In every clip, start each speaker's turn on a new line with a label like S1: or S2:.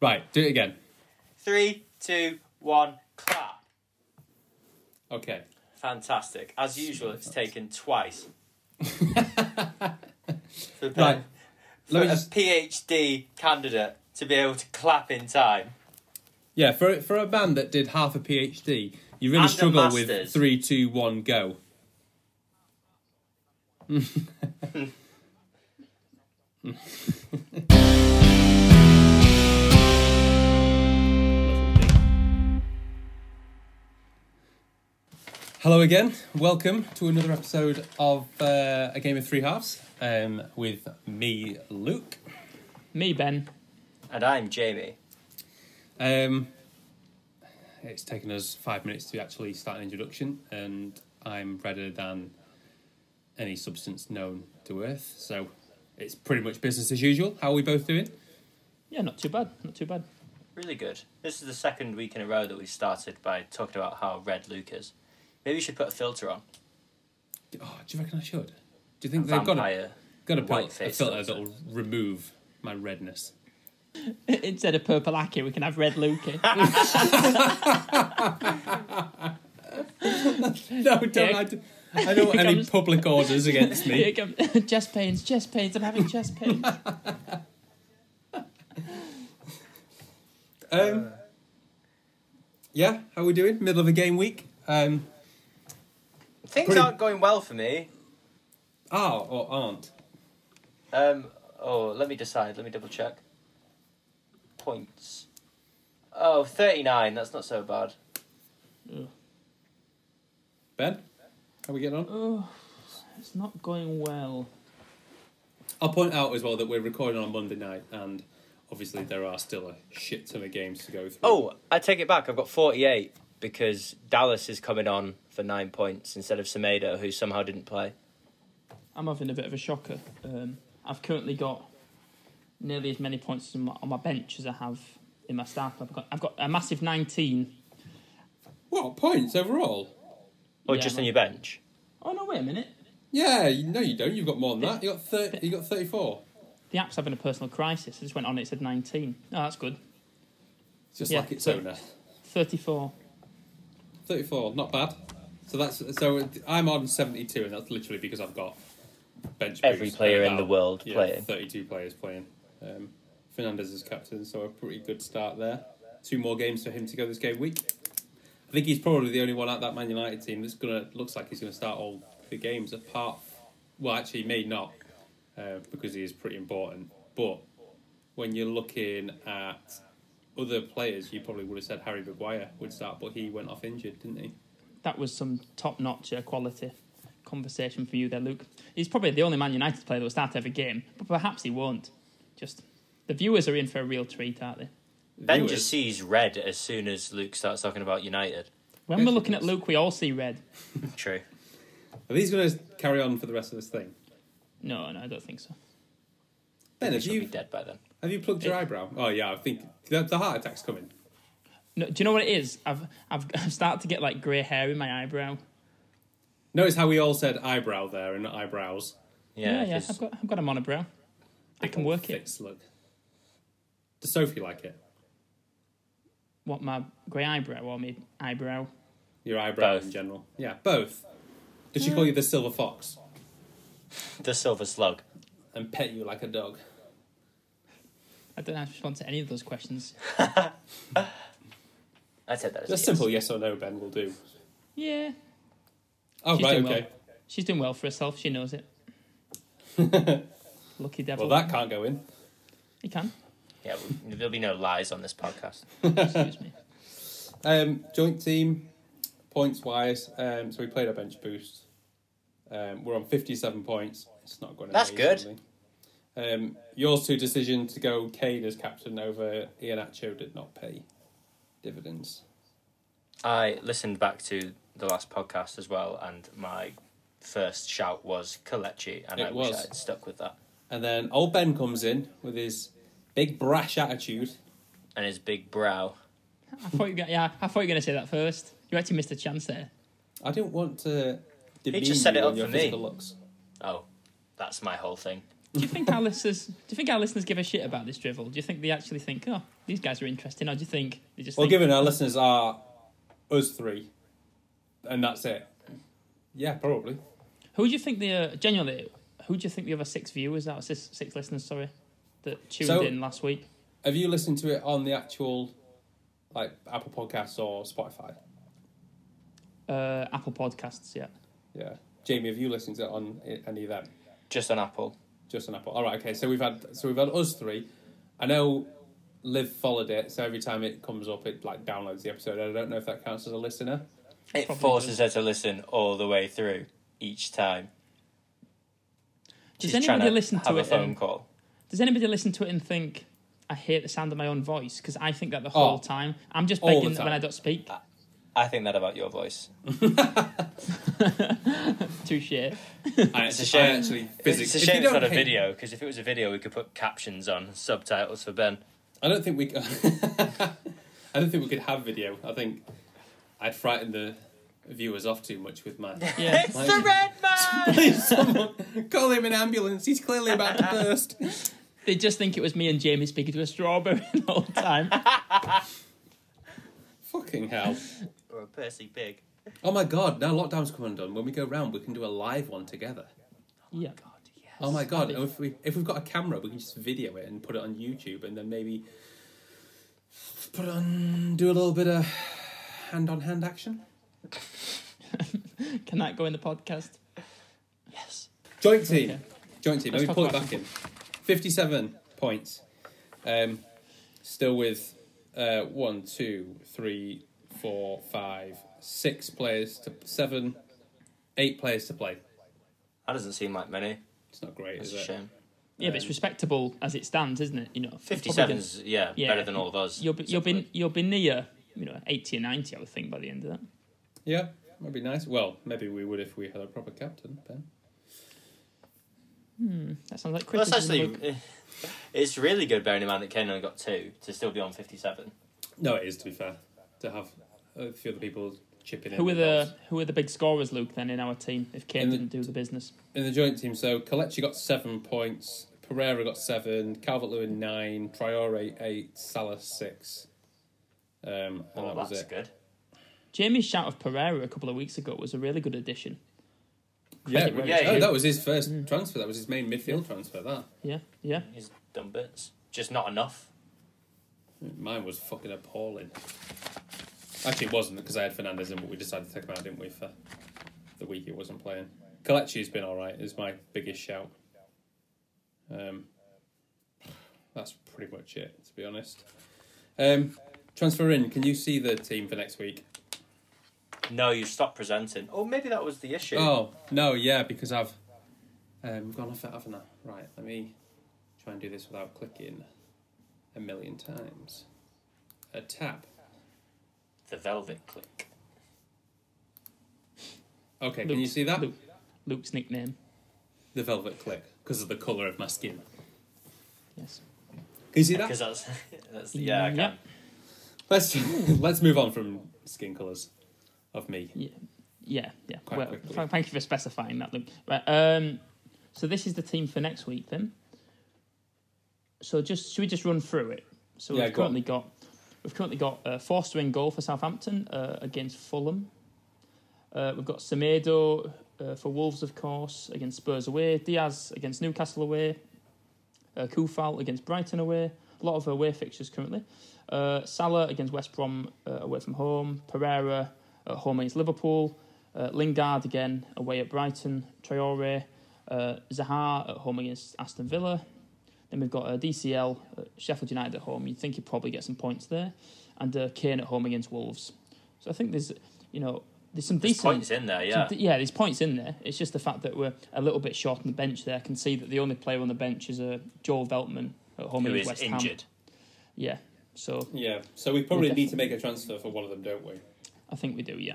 S1: Right, do it again.
S2: Three, two, one, clap.
S1: Okay.
S2: Fantastic. As usual, it's taken twice. For, the-
S1: Right.
S2: for
S1: Let me
S2: a
S1: just
S2: PhD candidate to be able to clap in time.
S1: yeah for for a band that did half a PhD, you really
S2: And a
S1: struggle with
S2: master's.
S1: three, two, one, go. Hello again. Welcome to another episode of uh, a game of three halves um, with me, Luke.
S3: Me, Ben.
S2: And I'm Jamie.
S1: Um, it's taken us five minutes to actually start an introduction, and I'm redder than any substance known to Earth. So it's pretty much business as usual. How are we both doing?
S3: Yeah, not too bad. Not too bad.
S2: Really good. This is the second week in a row that we started by talking about how red Luke is. Maybe we should put a filter on.
S1: Oh, do you reckon I should? Do you think they've got a,
S2: Vampire.
S1: got a,
S2: white
S1: pil- a
S2: face
S1: filter
S2: filter.
S1: that'll remove my redness?
S3: Instead of purple Aki, we can have red Lukey.
S1: No, don't. I, d- I don't want any
S3: Comes-
S1: public orders against
S3: Here
S1: me.
S3: come- chest pains, chest pains. I'm having chest pains.
S1: Um, yeah, how are we doing? Middle of a game week. Um,
S2: Things
S1: Pretty-
S2: aren't going well for me.
S1: are or aren't?
S2: Um, oh, let me decide. Let me double check. Points. Oh, 39. That's not so bad.
S1: Ben, how are we getting on?
S2: Uh.
S3: oh, it's not going well.
S1: I'll point out as well that we're recording on Monday night, and obviously there are still a shit ton of games to go through.
S2: Oh, I take it back. I've got 48 because Dallas is coming on for nine points instead of Semedo, who somehow didn't play.
S3: I'm having a bit of a shocker. Um, I've currently got nearly as many points on my, on my bench as I have in my staff. I've got, I've got a massive 19.
S1: what points overall?
S2: Or
S3: Yeah,
S2: just
S3: man.
S2: on your bench.
S3: Oh, no, wait a minute.
S1: Yeah, you, no, you don't. You've got more than that. You got thirty. You got thirty-four.
S3: The app's having a personal crisis. I just went on it, it said 19. Oh, that's good.
S1: It's just
S3: Yeah,
S1: like its
S3: so-
S1: owner.
S3: 34.
S1: Thirty-four, not bad. So that's so I'm on seventy-two, and that's literally because I've got bench.
S2: Every
S1: boost
S2: player
S1: and
S2: in the
S1: about,
S2: world
S1: yeah,
S2: playing.
S1: Thirty-two players playing. Um, Fernandez is captain, so a pretty good start there. Two more games for him to go this game week. I think he's probably the only one at that Man United team that's gonna looks like he's gonna start all the games apart. Well, actually, he may not uh, because he is pretty important. But when you're looking at other players, you probably would have said Harry Maguire would start, but he went off injured, didn't he?
S3: That was some top notch uh, quality conversation for you there, Luke. He's probably the only Man United player that will start every game, but perhaps he won't. Just the viewers are in for a real treat, aren't they?
S2: Ben
S1: Viewers.
S2: just sees red as soon as Luke starts talking about United.
S3: When
S1: Yes,
S3: we're
S1: he
S3: looking at
S1: does.
S3: Luke, we all see red.
S2: True.
S1: Are these going to carry on for the rest of this thing?
S3: No, no, I don't think so.
S1: Ben,
S2: He
S1: have
S2: should be
S1: you
S2: dead by then.
S1: have you plugged your eyebrow? Oh yeah, I think the, the heart attack's coming.
S3: No, do you know what it is? I've I've, I've started to get like grey hair in my eyebrow.
S1: Notice how we all said eyebrow there and not eyebrows.
S3: Yeah,
S2: Yeah,
S3: yeah,
S2: 'cause
S3: I've got I've got a monobrow. I can work it.
S1: Fix look. Does Sophie like it?
S3: What my grey eyebrow or my eyebrow?
S1: Your eyebrow in
S2: Both.
S1: general. Yeah, both. Does she call you the silver fox
S2: the silver slug.
S1: and pet you like a dog?
S3: I don't know how to respond to any of those questions.
S2: I take that as a
S1: Just
S2: yes.
S1: simple yes or no, Ben will do.
S3: Yeah,
S1: Oh
S3: She's
S1: right,
S3: doing
S1: okay.
S3: she's doing well for herself. She knows it. Lucky devil.
S1: Well. that can't go in.
S3: He can.
S2: Yeah, we- there'll be no lies on this podcast.
S3: Excuse me.
S1: Um, joint team points wise, um, so we played our bench boost. Um, we're on fifty-seven points. It's not going.
S2: That's good.
S1: amazingly. Um, yours two decision to go Cade as captain over Ianacho did not pay dividends.
S2: I listened back to the last podcast as well, and my first shout was Kalechi, and
S1: It
S2: I wish
S1: was.
S2: I had stuck with that.
S1: And then old Ben comes in with his big brash attitude.
S2: And his big brow.
S3: I thought you were, gonna- yeah, I thought you were going to say that first. You actually missed a chance there.
S1: I don't want to demean
S2: just set
S1: you
S2: it
S1: on
S2: up
S1: your
S2: for me.
S1: physical looks.
S2: Oh, that's my whole thing.
S3: Do you think our listeners? Do you think our listeners give a shit about this drivel? Do you think they actually think, oh, these guys are interesting, or do you think they just?
S1: Well,
S3: think,
S1: given our listeners are us three, and that's it. Yeah, probably.
S3: who do you think the uh, genuinely? Who do you think the other six viewers, out of six, six listeners, sorry, that tuned
S1: So-
S3: in last week?
S1: Have you listened to it on the actual, like Apple Podcasts or Spotify?
S3: Uh, Apple Podcasts, yeah.
S1: Yeah, Jamie, have you listened to it on i- any of them?
S2: Just on Apple.
S1: Just on Apple. All right, okay. So we've had so we've had us three. I know Liv followed it, so every time it comes up, it like downloads the episode. I don't know if that counts as a listener.
S2: It
S3: Probably
S2: forces her to listen all the way through each time.
S3: Does
S2: She's trying
S3: anybody listen
S2: have
S3: to
S2: a
S3: it?
S2: phone
S3: And,
S2: call?
S3: does anybody listen to it and think, I hate the sound of my own voice? Because I think that the whole time. I'm just
S1: Oh. All the
S3: begging
S1: time. Ah.
S3: when I don't speak.
S2: I think that about your voice.
S3: Touche.
S1: I
S2: Uh, It's a
S1: actually-
S2: shame.
S1: I actually
S2: It's
S1: physically- if
S2: a shame
S1: you
S2: it's
S1: don't
S2: not a
S1: hate-
S2: video because if it was a video, we could put captions on subtitles for Ben.
S1: I don't think we. I don't think we could have video. I think I'd frighten the viewers off too much with my.
S3: Yeah.
S1: It's the
S2: red man.
S1: Please, someone call him an ambulance. He's clearly about to burst.
S3: They just think it was me and Jamie speaking to a strawberry the whole time.
S1: Fucking hell!
S2: or a Percy Pig.
S1: Oh my god! Now lockdown's come undone. When we go round, we can do a live one together.
S3: yeah.
S1: Oh my god! and If we if we've got a camera, we can just video it and put it on YouTube, and then maybe put it on do a little bit of hand on hand action.
S3: Can that go in the podcast? Yes.
S1: Joint team.
S3: Okay.
S1: Joint team. Let
S3: Let's
S1: me
S3: talk
S1: pull it
S3: about
S1: back in. 57 points. Um, still with uh, one, two, three, four, five, six players to seven, eight players to play.
S2: That doesn't seem like many.
S1: It's not great,
S2: It's
S1: is
S2: a
S1: it?
S2: shame.
S3: Yeah, but it's
S1: Um,
S3: respectable as it stands, isn't it? You know, probably
S2: 57's, yeah,
S3: Yeah.
S2: better than all of us.
S3: gonna- You'll be you'll be
S2: separately.
S3: you'll be near you know eighty or ninety, I would think, by the end of that.
S1: Yeah, that'd be nice. Well, maybe we would if we had a proper captain, Ben.
S3: That sounds like
S2: Well, that's
S3: criticism. Luke.
S2: actually. It's really good bearing in mind that Kane only got two to still be on 57.
S1: No, it is, to be fair, to have a few other people chipping in.
S3: Who are
S1: with
S3: the
S1: goals.
S3: who are the big scorers, Luke? Then in our team, if Kane
S1: In the-
S3: didn't do the business,
S1: In the joint team, so Kalechi got seven points, Pereira got seven, Calvert Lewin nine, Traore eight, Salah six. Um, and
S2: Well,
S3: Oh,
S1: that was
S2: that's
S1: it.
S2: good.
S3: Jamie's shout of Pereira a couple of weeks ago was a really good addition.
S1: Yeah,
S3: Credit where
S2: it's
S1: yeah,
S2: due.
S1: that was his first
S3: Hmm.
S1: transfer. That was his main midfield transfer. That
S3: Yeah, yeah.
S2: He's done bits. Just not enough.
S1: mine was fucking appalling. Actually, it wasn't because I had Fernandez in, but we decided to take him out, didn't we? For the week he wasn't playing, Kalechi's been all right. Is my biggest shout. Um, that's pretty much it, to be honest. Um, transfer in. Can you see the team for next week?
S2: No, you stopped presenting. Oh, maybe that was the issue.
S1: Oh no, yeah, because I've um, gone off it, haven't I? Right, let me try and do this without clicking a million times. A tap.
S2: The Velvet Click.
S1: Okay,
S3: Luke-
S1: can you see that?
S3: Luke- Luke's nickname.
S1: The velvet click because of the colour of my skin.
S3: Yes.
S1: Can you see that?
S2: Because that's, that's yeah, I can.
S3: Yeah.
S1: Let's let's move on from skin colours of me.
S3: Yeah, yeah.
S1: Quite
S3: well,
S1: quickly.
S3: th- thank you for specifying that, Luke. Right. Um, so this is the team for next week, then. So just should we just run through it? So
S1: Yeah,
S3: we've
S1: go on.
S3: currently got we've currently got uh, Forster in goal for Southampton uh, against Fulham. Uh, we've got Semedo uh, for Wolves, of course, against Spurs away. Diaz against Newcastle away. Uh, Kufal against Brighton away. A lot of away fixtures currently. Uh, Salah against West Brom uh, away from home. Pereira at home against Liverpool. Uh, Lingard again away at Brighton. Traore. Uh, Zaha at home against Aston Villa. Then we've got uh, DCL, uh, Sheffield United at home. You'd think he'd probably get some points there. And uh, Kane at home against Wolves. So I think there's, you know, there's some
S2: There's
S3: decent
S2: points in there, yeah.
S3: some- yeah, there's points in there. It's just the fact that we're a little bit short on the bench there. I can see that the only player on the bench is uh, Joel Veltman at home
S2: Who
S3: against
S2: is
S3: West Ham.
S2: injured.
S3: Yeah, so
S1: Yeah, so we probably need to make a transfer for one of them, don't we?
S3: I think we do, yeah.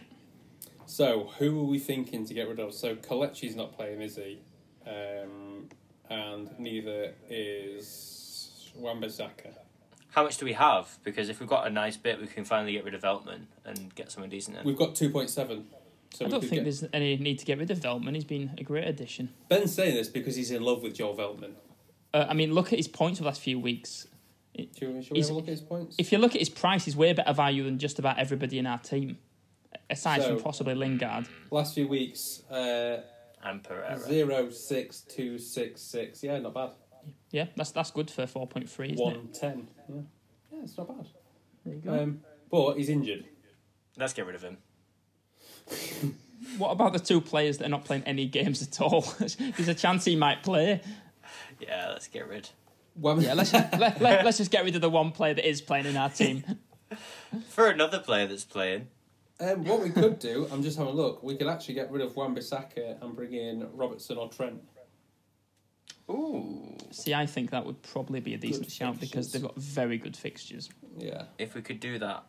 S1: So who are we thinking to get rid of? So Kalechi's not playing, is he? Um, and neither is Wambazaka.
S2: How much do we have? Because if we've got a nice bit, we can finally get rid of Veltman and get someone decent in.
S1: We've got two point seven. So
S3: I
S1: we
S3: don't
S1: could
S3: think
S1: get-
S3: there's any need to get rid of Veltman. He's been a great addition.
S1: Ben's saying this because he's in love with Joel Veltman.
S3: Uh, I mean, look at his points for the last few weeks.
S1: Shall we, shall we
S3: He's-
S1: have a look at his points?
S3: If you look at his price, he's way better value than just about everybody in our team, aside
S1: So-
S3: from possibly Lingard.
S1: Last few weeks, uh,
S2: And Pereira.
S1: zero six two six six. Yeah, not bad.
S3: Yeah, that's that's good for four point three, isn't it?
S1: One ten. Yeah. yeah, it's not bad.
S3: There you go.
S1: Um, but he's injured.
S2: Let's get rid of him.
S3: what about the two players that are not playing any games at all? There's a chance he might play.
S2: Yeah, let's get rid.
S1: Wem-
S3: Yeah, let's let, let, let's just get rid of the one player that is playing in our team.
S2: For another player that's playing.
S1: um, what we could do, I'm just having a look. We could actually get rid of Wan-Bissaka and bring in Robertson or Trent.
S2: Ooh.
S3: See, I think that would probably be a decent
S1: Good
S3: shout
S1: fixtures.
S3: because they've got very good fixtures.
S1: Yeah.
S2: If we could do that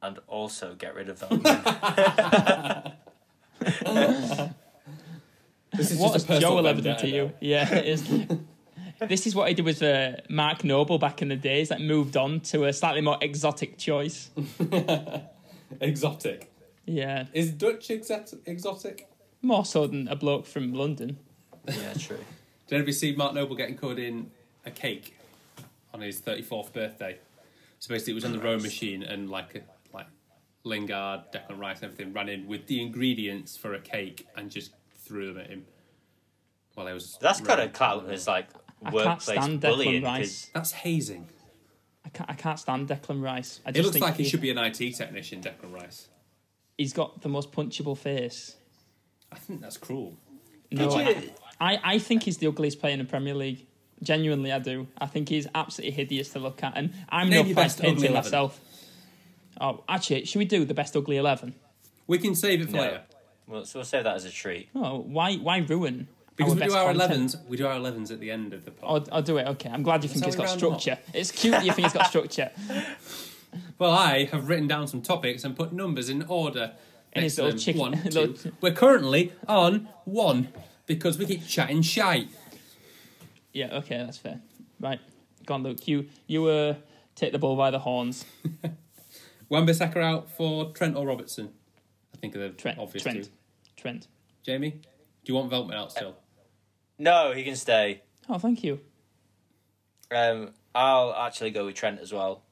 S2: and also get rid of that.
S1: This
S3: What
S1: just
S3: is
S1: a personal
S3: Joel evident
S1: vendetta
S3: to you?
S1: now.
S3: Yeah, it is. this is what he did with uh, Mark Noble back in the days. That moved on to a slightly more exotic choice.
S1: exotic.
S3: Yeah,
S1: Is Dutch exot- exotic?
S3: more so than a bloke from London.
S2: yeah, true.
S1: Did anybody see Mark Noble getting caught in a cake on his 34th birthday? So basically, it was on the rowing machine, and like like Lingard, Declan Rice, and everything ran in with the ingredients for a cake and just threw them at him. Well, it was
S2: That's got to
S1: rowing.
S2: count as like
S3: I can't
S2: workplace
S3: stand
S2: bullying
S3: Declan Rice.
S2: 'cause
S1: That's hazing.
S3: I can't, I can't stand Declan Rice. I
S1: It
S3: just
S1: looks
S3: think
S1: like he
S3: he-
S1: should be an IT technician, Declan Rice.
S3: He's got the most punchable face.
S1: I think that's cruel.
S3: No,
S2: Did
S3: I,
S2: you-
S3: I, I think he's the ugliest player in the Premier League. Genuinely, I do. I think he's absolutely hideous to look at, and I'm
S1: Name
S3: no
S1: your
S3: price
S1: best ugly
S3: painter
S1: 11.
S3: myself. Oh, actually, should we do the best ugly eleven?
S1: We can save it for
S2: No.
S1: later
S2: Well, so we'll save that as a treat.
S3: Oh, why why ruin?
S1: because
S3: our
S1: we
S3: best
S1: do our
S3: content? Oh,
S1: 11s. We do our 11s at the end of the pod.
S3: I'll, I'll do it. Okay, I'm glad you think
S1: how
S3: it's
S1: we
S3: got
S1: round 'em up.
S3: structure. It's cute that you think it's got structure.
S1: Well, I have written down some topics and put numbers in order.
S3: And his little
S1: Excellent.
S3: chicken-
S1: One,
S3: little-
S1: two. We're currently on one because we keep chatting shite.
S3: Yeah, okay, that's fair. Right, go on, Luke. You you uh, take the bull by the horns.
S1: Wan-Bissaka out for Trent or Robertson. I think of the
S3: Trent,
S1: obvious
S3: Trent,
S1: two.
S3: Trent.
S1: Jamie, do you want Veltman out still?
S2: No, he can stay.
S3: Oh, thank you.
S2: Um, I'll actually go with Trent as well.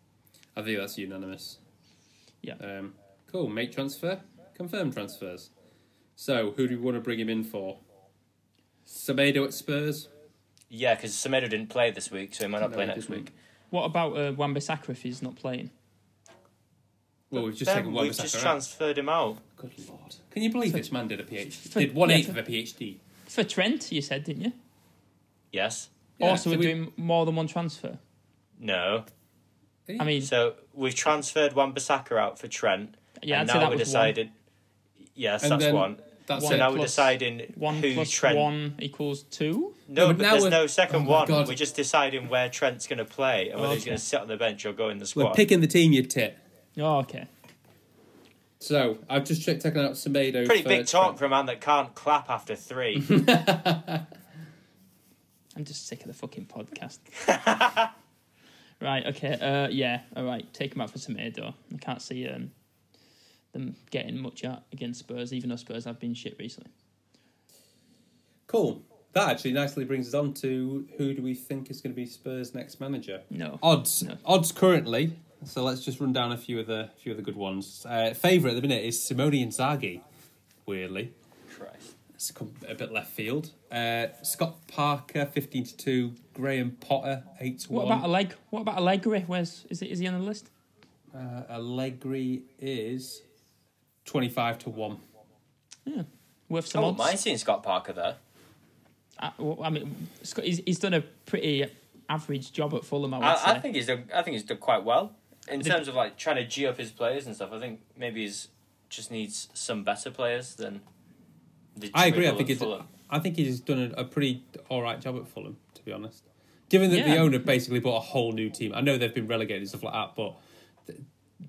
S1: I think that's unanimous.
S3: Yeah.
S1: Um, cool. Make transfer. Confirm transfers. So, who do we want to bring him in for? Semedo at Spurs.
S2: Yeah, because Semedo didn't play this week, so he might not
S1: No,
S2: play
S1: he
S2: next
S1: didn't.
S2: week.
S3: What about uh, Wan-Bissaka if he's not playing?
S1: Well, we've just
S2: Then
S1: taken
S2: we've
S1: Wan-Bissaka
S2: just
S1: out.
S2: transferred him out.
S1: Good lord! Can you believe this man did a PhD?
S3: For-
S1: did one eighth
S3: yeah,
S1: of
S3: for-
S1: a PhD?
S3: For Trent, you said, didn't you?
S2: Yes.
S1: Yeah,
S3: also,
S1: so
S3: we're
S1: we-
S3: doing more than one transfer.
S2: No.
S3: I mean,
S2: So we've transferred Wan Bissaka out for Trent.
S3: yeah,
S2: and
S3: I'd say
S2: now
S3: that
S2: we're
S3: was
S2: decided. Yes,
S1: And
S2: that's
S1: then-
S2: one.
S1: That's
S3: One
S2: So
S1: it.
S2: now we're
S3: plus-
S2: deciding
S3: one. One
S2: who
S3: plus
S2: Trent.
S3: one equals two.
S1: No,
S2: No,
S1: but
S2: but
S1: now
S2: there's
S1: we're-
S2: no second
S1: Oh my
S2: one.
S1: God.
S2: We're just deciding where Trent's going to play and whether he's
S3: Okay.
S2: going to sit on the bench or go in the
S1: We're
S2: squad.
S1: picking the team you tip.
S3: Oh, okay.
S1: So I've just checked, taken out Semedo.
S2: Pretty
S1: for
S2: big talk
S1: Trent.
S2: for a man that can't clap after three.
S3: I'm just sick of the fucking podcast. right, okay, uh, yeah, all right, take him out for Tomato. I can't see um, them getting much out against Spurs, even though Spurs have been shit recently.
S1: Cool. That actually nicely brings us on to who do we think is going to be Spurs' next manager?
S3: No.
S1: Odds.
S3: No.
S1: Odds currently. So let's just run down a few of the few of the good ones. Uh, Favorite at the minute is Simone Inzaghi. Weirdly,
S2: Christ.
S1: it's come a bit left field. Uh, Scott Parker fifteen to two. Graham Potter eight to
S3: What
S1: one.
S3: about Alleg? What about Allegri? Where's is it? Is he on the list?
S1: Uh, Allegri is twenty five to one.
S3: Worth some
S2: Oh,
S3: odds.
S2: mine's seen Scott Parker there.
S3: I, well, I mean, Scott, he's, he's done a pretty average job at Fulham. I would say.
S2: I, I think he's done, I think he's done quite well in
S3: think-
S2: terms of like trying to g up his players and stuff. I think maybe he's just needs some better players than. The
S1: I agree. I
S2: dribble
S1: think
S2: at
S1: it's.
S2: Fulham.
S1: I think he's done a, a pretty all right job at Fulham, to be honest. Given that the
S3: Yeah.
S1: owner basically bought a whole new team. I know they've been relegated and stuff like that, but the,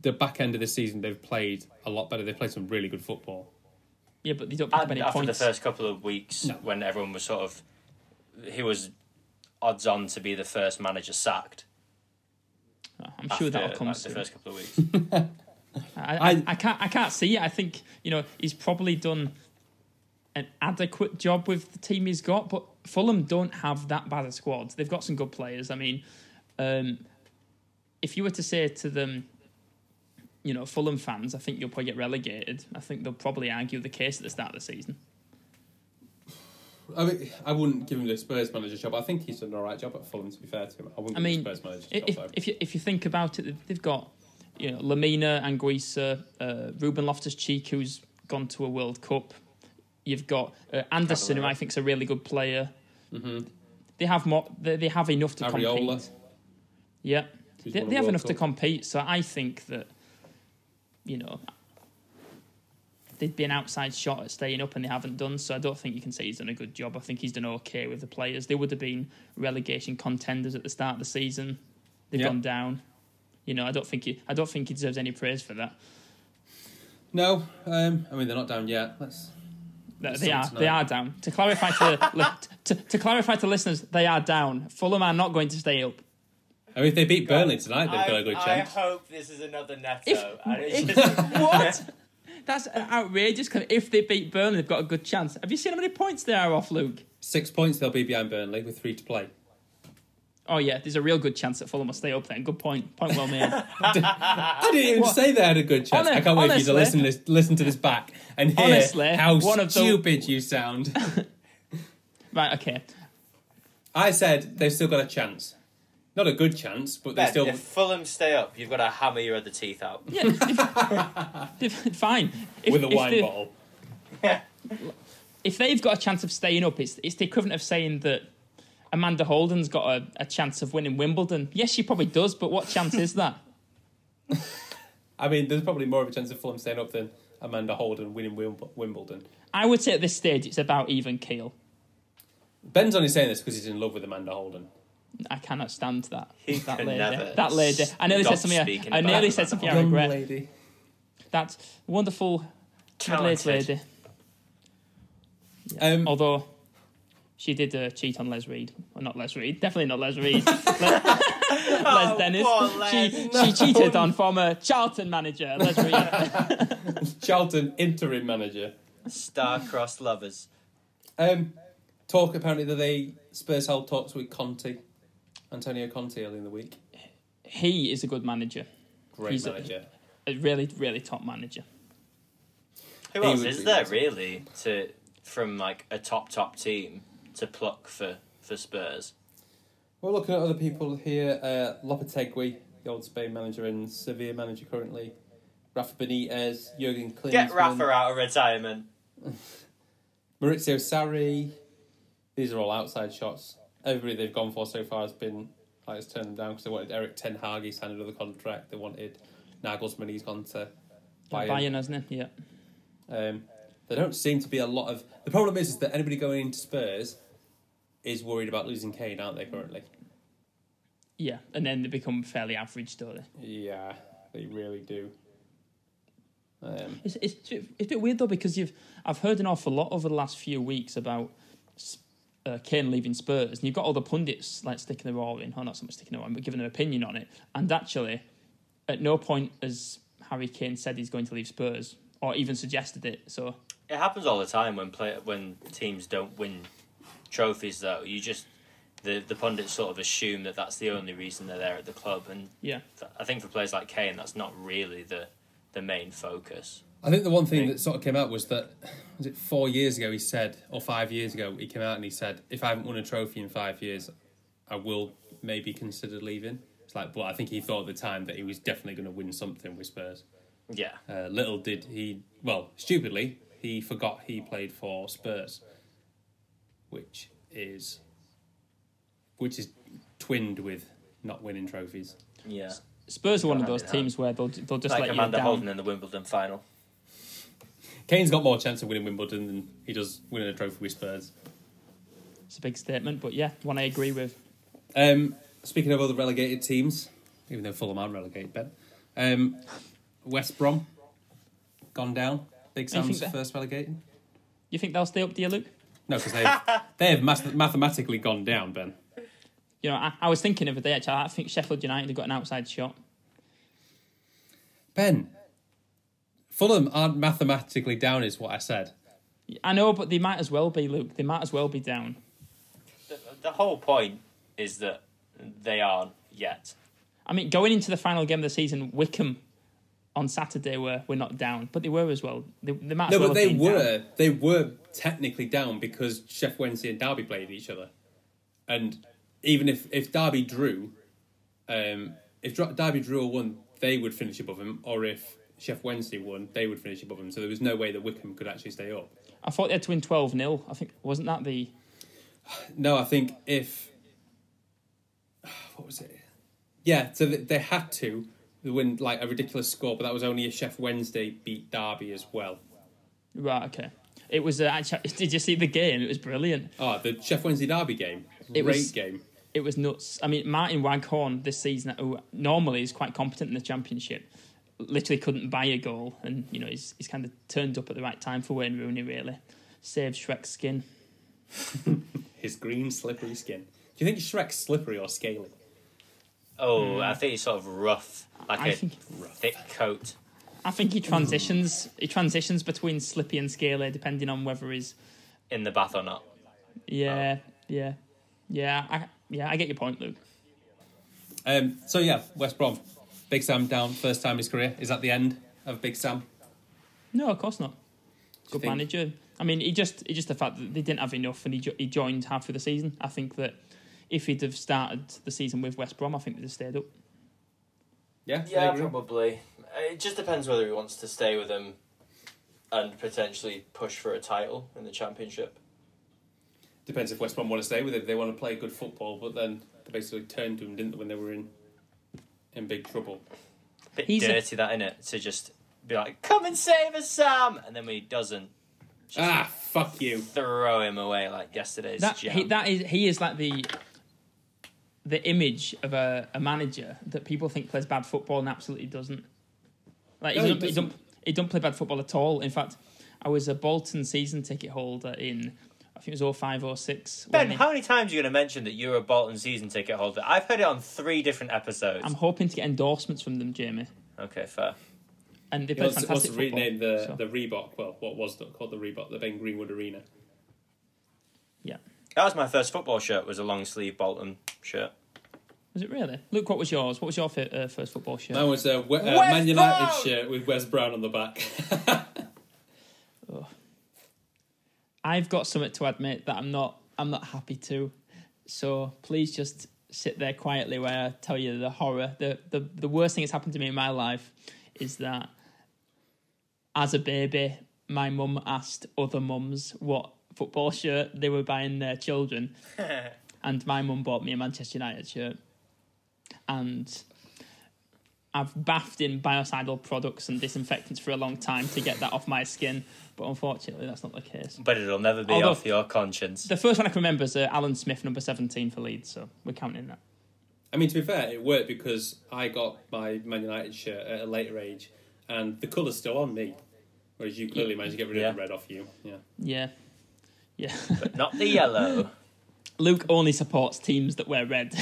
S1: the back end of the season they've played a lot better. They've played some really good football.
S3: yeah, but they don't pick up
S2: And
S3: any
S2: after
S3: points.
S2: the first couple of weeks,
S1: No.
S2: when everyone was sort of, he was odds on to be the first manager sacked.
S3: I'm sure
S2: after,
S3: that'll come
S2: like, the
S3: soon.
S2: first couple of weeks.
S3: I,
S1: I-
S3: I, I can't I can't see it. I think you know he's probably done an adequate job with the team he's got, but Fulham don't have that bad a squad. They've got some good players. I mean, um, if you were to say to them, you know, Fulham fans, I think you'll probably get relegated. I think they'll probably argue the case at the start of the season.
S1: I mean, I wouldn't give him the Spurs manager job. I think he's done an all right job at Fulham. To be fair to him, I wouldn't
S3: I
S1: give
S3: mean,
S1: him the Spurs manager
S3: if,
S1: job.
S3: if you if you think about it, they've- they've got you know Lamina Anguissa, uh, Ruben Loftus Cheek, who's gone to a World Cup. You've got uh, Anderson, who I think's a really good player.
S1: though. hmm
S3: They have more. They, they have enough to
S1: Ariola.
S3: compete. Yeah,
S1: Who's
S3: they,
S1: won a
S3: they have
S1: World
S3: enough to
S1: Cup.
S3: compete. So I think that you know they'd be an outside shot at staying up, and they haven't done. So I don't think you can say he's done a good job. I think he's done okay with the players. They would have been relegation contenders at the start of the season. They've
S1: Yeah.
S3: gone down. You know, I don't think he, I don't think he deserves any praise for that.
S1: No, um, I mean they're not down yet. Let's.
S3: They-
S1: Just
S3: They are,
S1: something
S3: they
S1: like-
S3: are down. To clarify to, li- to to clarify to listeners, they are down. Fulham are not going to stay up.
S1: I mean, if they beat Burnley tonight, they've got
S4: I,
S1: a good
S4: I
S1: chance.
S4: hope this is another Neto.
S3: If-
S4: and it's
S3: if-
S4: just-
S3: What? That's outrageous. Cause if they beat Burnley, they've got a good chance. Have you seen how many points they are off, Luke?
S1: Six points they'll be behind Burnley with three to play.
S3: Oh yeah, there's a real good chance that Fulham will stay up. Then good point. Point well made.
S1: I didn't even
S3: What?
S1: say they had a good chance. I
S3: Honest-
S1: can't wait for you to
S3: honestly.
S1: listen this, listen to this back and hear
S3: Honestly,
S1: how
S3: one of the-
S1: stupid you sound.
S3: right. Okay.
S1: I said they've still got a chance, not a good chance, but they
S4: Ben,
S1: still.
S4: if Fulham stay up, you've got to hammer your other teeth out.
S3: Yeah. if- fine. If,
S1: with a
S3: if
S1: wine
S3: they-
S1: bottle.
S3: If they've got a chance of staying up, it's it's the equivalent of saying that. Amanda Holden's got a, a chance of winning Wimbledon. Yes, she probably does, but what chance is that?
S1: I mean, there's probably more of a chance of Fulham staying up than Amanda Holden winning Wimb- Wimbledon.
S3: I would say at this stage it's about even keel.
S1: Ben's only saying this because he's in love with Amanda Holden.
S3: I cannot stand that.
S4: He
S3: that
S4: can
S3: lady.
S4: never
S3: that lady. I nearly
S4: stop
S3: said something.
S4: speaking
S3: I, I
S4: about
S3: nearly
S4: that
S3: said
S4: man.
S3: something I regret.
S1: lady.
S3: That wonderful middle-aged
S4: Talented.
S3: lady.
S1: Um,
S3: Although she did uh, cheat on Les Reed, or not Les Reed, definitely not Les Reed. Les, Les Dennis.
S4: Oh, poor Les.
S3: She, she cheated on former Charlton manager Les Reed.
S1: Charlton interim manager.
S4: Star-crossed lovers.
S1: Um, talk apparently that they Spurs held talks with Conte, Antonio Conte early in the week.
S3: he is a good manager,
S1: Great
S3: He's a-
S1: manager.
S3: a really, really top manager.
S4: Who
S1: He
S4: else
S1: would
S4: is
S1: be
S4: there
S1: amazing.
S4: really to from like a top top team to pluck for for Spurs?
S1: We're looking at other people here. Uh, Lopetegui, the old Spain manager and Sevilla manager currently. Rafa Benitez, Jurgen Klinsmann.
S4: Get Rafa out of retirement.
S1: Maurizio Sarri. These are all outside shots. Everybody they've gone for so far has been like has turned them down because they wanted Eric Ten Hag. He signed another contract. They wanted Nagelsmann. He's gone to
S3: Bayern,
S1: Bayern.
S3: hasn't he? Yeah.
S1: Um, there don't seem to be a lot of. The problem is, is that anybody going into Spurs is worried about losing Kane, aren't they currently?
S3: Yeah. And then they become fairly average, don't they?
S1: Yeah, they really do. Um,
S3: It's, it's, it's a bit weird though because you've I've heard an awful lot over the last few weeks about S- uh, Kane leaving Spurs, and you've got all the pundits like sticking their oar in, or not so much sticking their oar in, but giving an opinion on it. And actually, at no point has Harry Kane said he's going to leave Spurs or even suggested it. So
S4: It happens all the time when play when teams don't win trophies. Though you just the the pundits sort of assume that that's the only reason they're there at the club, and
S3: yeah,
S4: th- I think for players like Kane, that's not really the the main focus.
S1: I think the one thing
S4: Think-
S1: that sort of came out was that was it four years ago he said, or five years ago he came out and he said, if I haven't won a trophy in five years, I will maybe consider leaving. It's like, well, I think he thought at the time that he was definitely going to win something with Spurs.
S4: Yeah,
S1: Uh, little did he, well, stupidly, he forgot he played for Spurs, which is which is twinned with not winning trophies.
S4: yeah.
S3: Spurs are one of
S4: Hand
S3: those
S4: in hand.
S3: teams where they'll they'll just
S4: like
S3: let
S4: Amanda
S3: you down.
S4: Holden in the Wimbledon final.
S1: Kane's got more chance of winning Wimbledon than he does winning a trophy with Spurs.
S3: It's a big statement, but yeah, one I agree with.
S1: Um, speaking of other relegated teams, even though Fulham aren't relegated, Ben, um, West Brom gone down. Big
S3: you think
S1: Sam's
S3: that-
S1: first relegated.
S3: You think they'll stay up, do you, Luke?
S1: No, because they they have math- mathematically gone down, Ben.
S3: You know, I, I was thinking the other day actually. I think Sheffield United have got an outside shot.
S1: Ben, Fulham aren't mathematically down, is what I said.
S3: I know, but they might as well be, Luke. They might as well be down.
S2: The, the whole point is that they aren't yet.
S3: I mean, going into the final game of the season, Wickham on Saturday were, were not down, but they were as well. They, they might as
S1: No,
S3: well
S1: but
S3: have
S1: they
S3: been down.
S1: were they were technically down because Chef Wednesday and Derby played each other, and even if if Derby drew, um, if Dra- Derby drew or won, they would finish above him, or if Chef Wednesday won, they would finish above him. So there was no way that Wickham could actually stay up.
S3: I thought they had to win 12 0. I think, wasn't that the.
S1: No, I think if what was it? Yeah, so th- they had to win like a ridiculous score, but that was only if Chef Wednesday beat Derby as well.
S3: Right, okay. It was uh, actually. Did you see the game? It was brilliant.
S1: Ah, the Chef Wednesday Derby game,
S3: It
S1: great
S3: was-
S1: game.
S3: It was nuts. I mean, Martin Waghorn this season, who normally is quite competent in the Championship, literally couldn't buy a goal. And, you know, he's, he's kind of turned up at the right time for Wayne Rooney, really. Saved Shrek's skin.
S1: His green slippery skin. Do you think Shrek's slippery or scaly?
S2: Oh, I think it's sort of rough, like
S3: Hmm. I
S2: a
S3: think-
S2: thick coat.
S3: I think he transitions. He transitions between slippy and scaly, depending on whether he's.
S2: in the bath or not.
S3: Yeah, yeah, yeah. I yeah, I get your point, Luke.
S1: Um, so yeah, West Brom. Big Sam down, first time in his career. Is that the end of Big Sam?
S3: No, of course not. Good
S1: think-
S3: manager. I mean, he just he just the fact that they didn't have enough, and he jo- he joined halfway the season. I think that if he'd have started the season with West Brom, I think they'd have stayed up.
S1: Yeah,
S2: Yeah, probably. Uh, It just depends whether he wants to stay with him and potentially push for a title in the championship.
S1: Depends if West Brom want to stay with it. They want to play good football, but then they basically turned to him, didn't they, when they were in in big trouble?
S2: bit
S3: He's a-
S2: dirty that in it to just be like, "Come and save us, Sam," and then when he doesn't, just
S1: Ah, fuck you.
S2: throw him away like yesterday's
S3: That
S2: jam.
S3: he, that is he is like the the image of a, a manager that people think plays bad football and absolutely doesn't. Like
S1: No, he
S3: he, don't, he don't he don't play bad football at all. In fact, I was a Bolton season ticket holder in I think it was 05, 06. when
S2: ben,
S3: they-
S2: how many times are you going to mention that you're a Bolton season ticket holder? I've heard it on three different episodes.
S3: I'm hoping to get endorsements from them, Jamie.
S2: Okay, fair.
S3: And they play
S1: Let's,
S3: fantastic
S1: let's
S3: football.
S1: rename the,
S3: so-
S1: the Reebok. Well, what was it called the Reebok? The Ben Greenwood Arena.
S2: That was my first football shirt. Was a long sleeve Bolton shirt.
S3: Was it really? Luke, what was yours? What was your fi- uh, first football shirt?
S1: Mine was a we- uh,
S2: West
S1: Man United
S2: Brom!
S1: shirt with Wes Brown on the back.
S3: I've got something to admit that I'm not. I'm not happy to. So please just sit there quietly where I tell you the horror. The the, the worst thing that's happened to me in my life is that as a baby, my mum asked other mums what football shirt they were buying their children, and my mum bought me a Manchester United shirt, and. I've bathed in biocidal products and disinfectants for a long time to get that off my skin, but unfortunately, that's not the case.
S2: But it'll never be
S3: Although-
S2: off your conscience.
S3: The first one I can remember is uh, Alan Smith, number 17 for Leeds, so we're counting that.
S1: I mean, to be fair, it worked because I got my Man United shirt at a later age, and the colour's still on me, whereas you clearly managed to get rid of
S2: Yeah.
S1: the red off you. Yeah,
S3: Yeah. Yeah.
S2: But not the yellow.
S3: Luke only supports teams that wear red.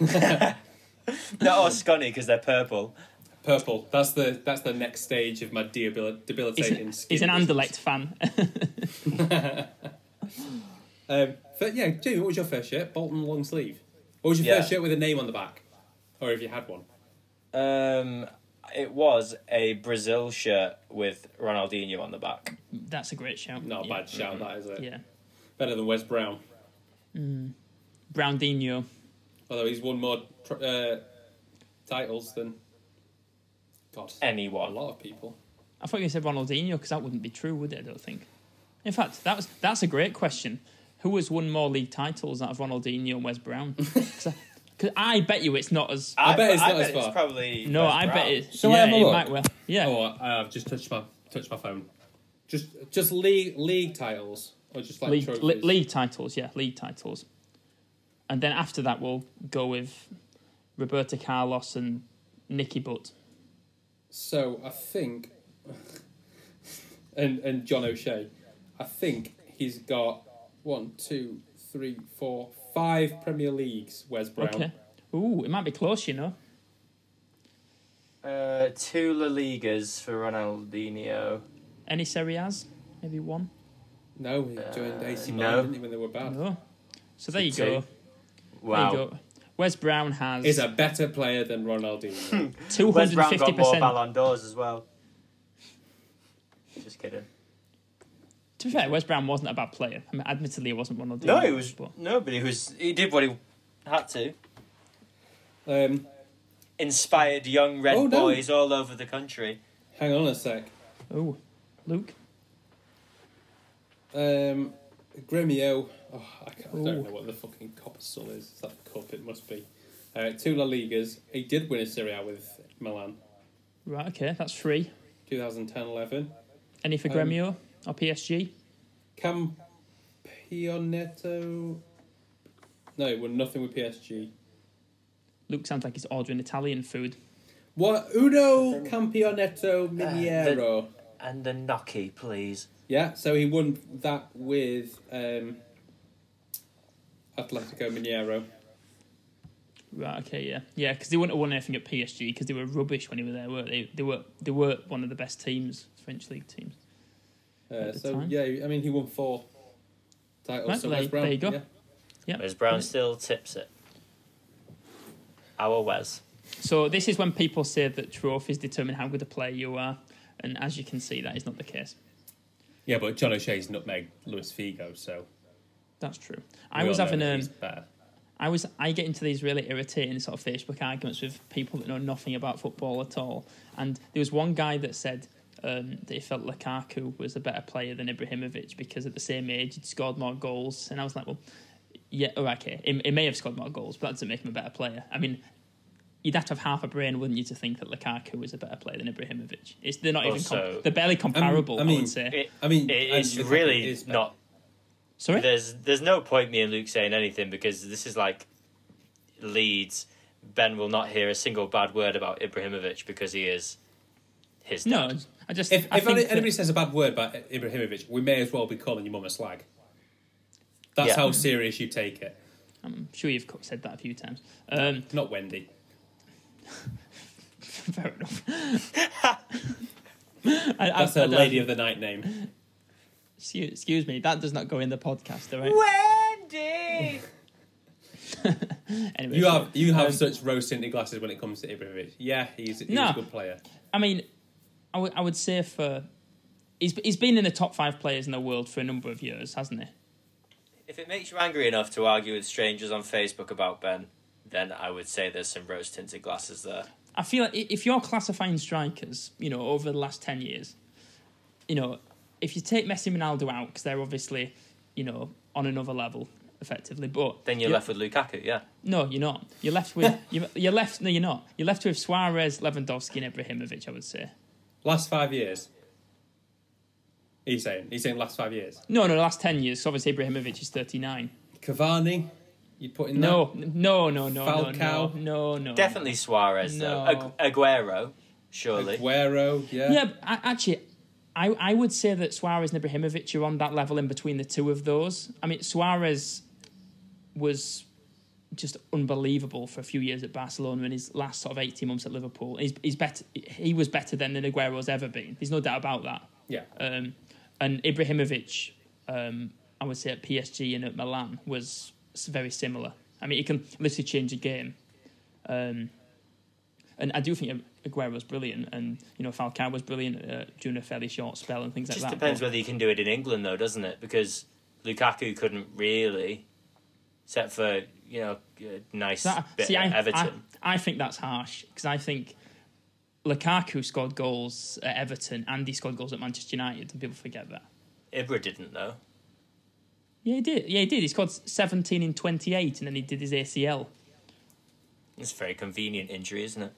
S2: not all scunny because they're purple.
S1: purple. That's the that's the next stage of my debil-
S3: he's,
S1: debilitating
S3: an-
S1: skin.
S3: he's an
S1: disease.
S3: Anderlecht fan.
S1: Um, but yeah, Jamie, what was your first shirt? Bolton long sleeve. What was your
S2: Yeah.
S1: first shirt with a name on the back, or if you had one?
S2: Um, it was a Brazil shirt with Ronaldinho on the back.
S3: That's a great shout.
S1: Not a
S3: yeah.
S1: bad shout, that is it.
S3: Yeah.
S1: Better than Wes Brown,
S3: Browndinho.
S1: although he's won more tr- uh, titles than God, a
S2: Eh. Anyone?
S1: lot of people.
S3: I thought you said Ronaldinho because that wouldn't be true, would it? I don't think. In fact, that was, that's a great question. Who has won more league titles out of Ronaldinho and Wes Brown? Because I, bet you it's not as.
S1: I bet it's not as
S2: it's
S1: far.
S2: probably
S3: no,
S2: Wes
S3: I
S2: Brown.
S3: bet it's.
S1: Shall I
S3: yeah,
S1: have a
S3: it
S1: look?
S3: might well. Yeah.
S1: Oh, I, I've just touched my touched my phone. Just just league league titles or just like
S3: league,
S1: trophies.
S3: li- league titles, yeah, league titles. And then after that, we'll go with Roberto Carlos and Nicky Butt.
S1: So I think, and and John O'Shea, I think he's got one, two, three, four, five Premier Leagues. Wes Brown.
S3: Okay. Ooh, it might be close, you know.
S2: Uh, two La Ligas for Ronaldinho.
S3: Any Serie A's? Maybe one?
S1: No, he joined
S2: Uh,
S1: AC Milan
S2: no.
S1: didn't he, when they were bad.
S3: No. So there you
S2: Two.
S3: go.
S2: Uh, Wow.
S3: There you go. Wes Brown has
S1: Is a better player than Ronaldinho.
S2: Wes Brown
S3: 250
S2: got more
S3: percent.
S2: Ballon d'Ors as well. Just kidding.
S3: To be fair, Wes Brown wasn't a bad player. I mean, admittedly, it wasn't one of the.
S2: No, it was
S3: but-
S2: no, but he was. He did what he had to.
S1: um,
S2: Inspired young red
S1: Oh, no.
S2: boys all over the country.
S1: hang on a sec.
S3: Oh, Luke.
S1: Um, Gremio. Oh, I, can't, I
S3: Ooh.
S1: don't know what the fucking copper sun is. It's that cup. It must be. Uh, two La Ligas. He did win a Serie A with Milan,
S3: Right. Okay, that's free.
S1: 2010-11.
S3: Any for
S1: Um,
S3: Gremio or PSG?
S1: Campionato. No, we're nothing with PSG.
S3: Luke sounds like he's ordering Italian food.
S1: What Uno Campionato Miniero?
S2: And the knocky, please.
S1: Yeah, so he won that with um, Atletico Mineiro.
S3: Right. Okay. Yeah. Yeah. Because they wouldn't have won anything at PSG because they were rubbish when they were there, weren't they? They were. They were one of the best teams, French league teams.
S1: Uh,
S3: At the
S1: so
S3: time.
S1: yeah, I mean he won four titles.
S3: Right,
S1: so
S3: there-
S1: Wes Brown,
S3: there you go.
S1: yeah.
S2: Wes Brown still tips it. Our Wes.
S3: So this is when people say that trophies determine how good a player you are, and as you can see, that is not the case.
S1: Yeah, but John O'Shea's nutmeg Luis Figo, so
S3: That's true. I was having um,
S1: better.
S3: I was I get into these really irritating sort of Facebook arguments with people that know nothing about football at all. And there was one guy that said um, that he felt Lukaku was a better player than Ibrahimovic because at the same age he'd scored more goals. And I was like, well, yeah, oh, okay, he, he may have scored more goals, but that doesn't make him a better player. I mean, you'd have to have half a brain, wouldn't you, to think that Lukaku is a better player than Ibrahimovic? It's they're not even
S2: Also-
S3: com- they're barely comparable.
S1: um, I mean,
S3: I would say.
S2: It,
S1: I mean, and
S2: it's
S1: Lukaku
S2: really
S1: is better.
S2: not
S3: Sorry.
S2: There's there's no point me and Luke saying anything because this is like Leeds. Ben will not hear a single bad word about Ibrahimovic because he is his dad.
S3: No, I just
S1: If,
S3: I
S1: if
S3: think
S1: any-
S3: that-
S1: anybody says a bad word about Ibrahimovic, we may as well be calling your mum a slag. That's
S2: Yeah.
S1: how serious you take it.
S3: I'm sure you've co- said that a few times. Um,
S1: Not Wendy.
S3: Fair enough. I, I,
S1: That's a lady of the night name.
S3: Excuse, excuse me, that does not go in the podcast, all right?
S2: Wendy.
S3: Anyway,
S1: You
S3: so-
S1: have you have
S3: Um,
S1: such rose tinted glasses when it comes to Ibrahimovic. Yeah, he's, he's
S3: No.
S1: a good player.
S3: I mean, I would I would say for he's he's been in the top five players in the world for a number of years, hasn't he?
S2: if it makes you angry enough to argue with strangers on Facebook about Ben, then I would say there's some rose tinted glasses there.
S3: I feel like i- if you're classifying strikers, you know, over the last 10 years, you know, if you take Messi and Ronaldo out, because they're obviously, you know, on another level, effectively, but...
S2: Then you're
S3: you-
S2: left with Lukaku, yeah.
S3: No, you're not. You're left with... you're, you're left... No, you're not. You're left with Suarez, Lewandowski and Ibrahimovic, I would say.
S1: Last five years. He's saying he's saying last five years.
S3: No, no, the last 10 years. So obviously, Ibrahimovic is 39.
S1: Cavani, you put in
S3: No, no, no, no, no, no,
S1: Falcao.
S3: no, no.
S2: Definitely Suarez
S3: No.
S2: though. Agu- Aguero,
S1: there.
S2: surely.
S1: Aguero, yeah.
S3: Yeah, but I, actually, I, I would say that Suarez and Ibrahimovic are on that level in between the two of those. I mean, Suarez was just unbelievable for a few years at Barcelona and his last sort of 18 months at Liverpool. He's, he's better, he was better then than Aguero's ever been. There's no doubt about that.
S1: Yeah.
S3: Um, and Ibrahimovic, um, I would say at PSG and at Milan was s- very similar. I mean, he can literally change a game. Um, and I do think Aguero was brilliant, and you know Falcao was brilliant uh, during a fairly short spell and things
S2: It
S3: like
S2: just
S3: that.
S2: depends
S3: but-
S2: whether you can do it in England, though, doesn't it? Because Lukaku couldn't really, except for you know, a nice
S3: That-
S2: bit
S3: see,
S2: at
S3: I,
S2: Everton.
S3: I, I think that's harsh because I think Lukaku scored goals at Everton and he scored goals at Manchester United, and people forget that.
S2: Ibra didn't though.
S3: Yeah, he did. Yeah, he did. He scored 17 in 28, and then he did his ACL.
S2: It's a very convenient injury, isn't it?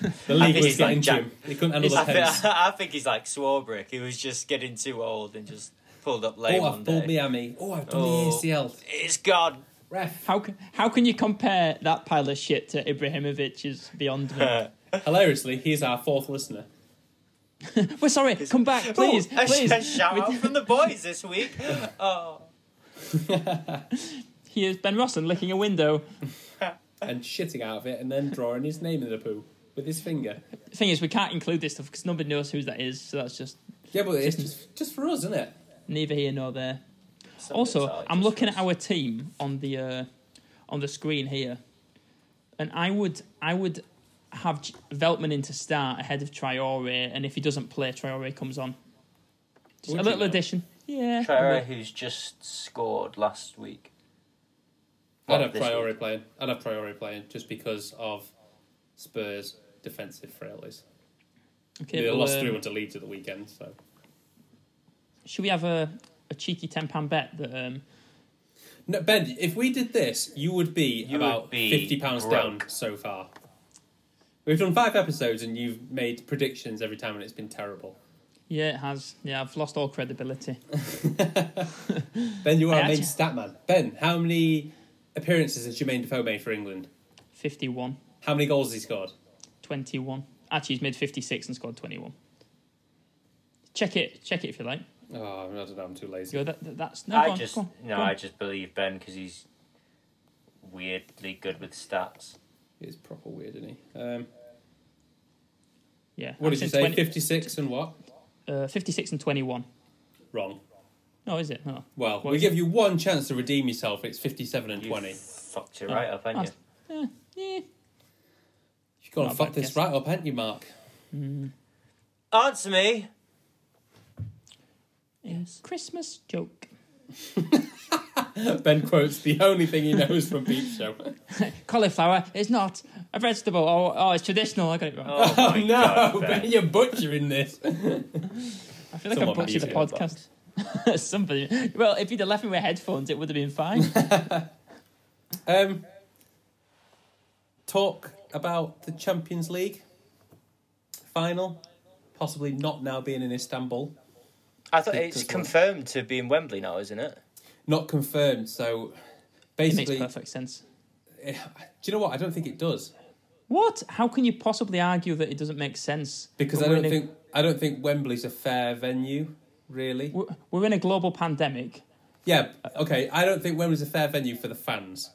S1: The
S2: I
S1: league
S2: think
S1: was
S2: he's like
S1: getting to
S2: Jack-
S1: him. He couldn't handle
S3: It's
S1: the
S2: I,
S1: pace.
S2: thi- I think he's like Swarbrick, who was just getting too old and just pulled up late
S1: Oh,
S2: one
S1: I've pulled
S2: day.
S1: Miami. Oh, I've done
S2: Oh.
S1: the ACL.
S2: It's gone.
S1: Ref.
S3: How can, how can you compare that pile of shit to Ibrahimovic is beyond me.
S1: Hilariously, he's our fourth listener.
S3: We're sorry, come back,
S2: Oh,
S3: please.
S2: Ooh, a, sh-
S3: please.
S2: a shout out from the boys this week. Oh,
S3: Here's Ben Rosson licking a window.
S1: and shitting out of it, and then drawing his name in the poo with his finger.
S3: The thing is, we can't include this stuff because nobody knows who that is, so that's just
S1: Yeah, but it's just just for us, isn't it?
S3: neither here nor there.
S4: Some bits are
S3: also,
S4: like
S3: I'm
S4: just
S3: looking
S4: us.
S3: at our team on the uh, on the screen here, and I would I would have J- Veltman in to start ahead of Traore, and if he doesn't play, Traore comes on. Just
S1: Would
S3: a
S1: you
S3: little
S1: though?
S3: addition, yeah.
S2: Traore, who's just scored last week.
S1: I'd
S2: Well,
S1: have
S2: this
S1: Priori
S2: week.
S1: playing. I'd have Priori playing just because of Spurs' defensive frailties.
S3: Okay,
S1: they
S3: well,
S1: lost
S3: um,
S1: three one to Leeds at the weekend, so
S3: Should we have a, a cheeky ten pound bet that um,
S1: no, Ben, if we did this, you would be
S2: You
S1: about
S2: would be
S1: fifty pounds down
S2: broke.
S1: so far. We've done five episodes and you've made predictions every time and it's been terrible.
S3: yeah it has yeah I've lost all credibility.
S1: Ben, you are
S3: I
S1: a main
S3: actually-
S1: stat man. Ben, how many appearances has Jermaine Defoe made for England?
S3: 51,
S1: How many goals has he scored?
S3: 21. Actually, he's made 56 and scored 21. Check it, check it if you like.
S1: Oh, I don't know. I'm too lazy.
S3: Go, that, that- that's no.
S2: I
S3: go on,
S2: just
S3: go on,
S2: no,
S3: go on.
S2: I just believe Ben because he's weirdly good with stats.
S1: He's proper weird, isn't he? Um,
S3: yeah.
S1: what
S3: I'm
S1: did you say?
S3: saying 20
S1: Fifty-six and what?
S3: uh, 56 and 21.
S1: Wrong.
S3: No, is it? Oh, No.
S1: Well,
S3: What
S1: we
S3: is
S1: give you one chance to redeem yourself. It's fifty-seven and
S2: You
S1: twenty.
S2: fucked it right up, haven't you?
S3: uh, Yeah.
S1: You've got to
S3: Not a
S1: fuck
S3: bad
S1: this
S3: guess.
S1: right up, haven't you, Mark?
S2: Answer me.
S3: Yes. Christmas joke.
S1: Ben quotes the only thing he knows from Beep Show.
S3: Cauliflower is not a vegetable. Oh, oh it's traditional. I got it wrong.
S2: Oh,
S1: Oh,
S2: my
S1: no,
S2: God,
S1: ben.
S2: Ben.
S1: you're butchering this.
S3: I feel like I
S1: someone
S3: butchered the
S1: beat it.
S3: podcast. Somebody. Well, if you'd have left me with headphones, it would have been fine.
S1: Um, talk about the Champions League final, possibly not now being in Istanbul.
S2: I thought
S1: Think
S2: it's
S1: as well.
S2: confirmed to be in Wembley now, isn't it?
S1: Not confirmed. So
S3: it makes
S1: basically, do
S3: perfect sense.
S1: you know what? I don't think it does
S3: What? How can you possibly argue that it doesn't make sense?
S1: because
S3: We're
S1: I don't
S3: in a-
S1: think I don't think Wembley's a fair venue, really.
S3: we're- we're in a global pandemic.
S1: Yeah. Okay. I don't think Wembley's a fair venue for the fans.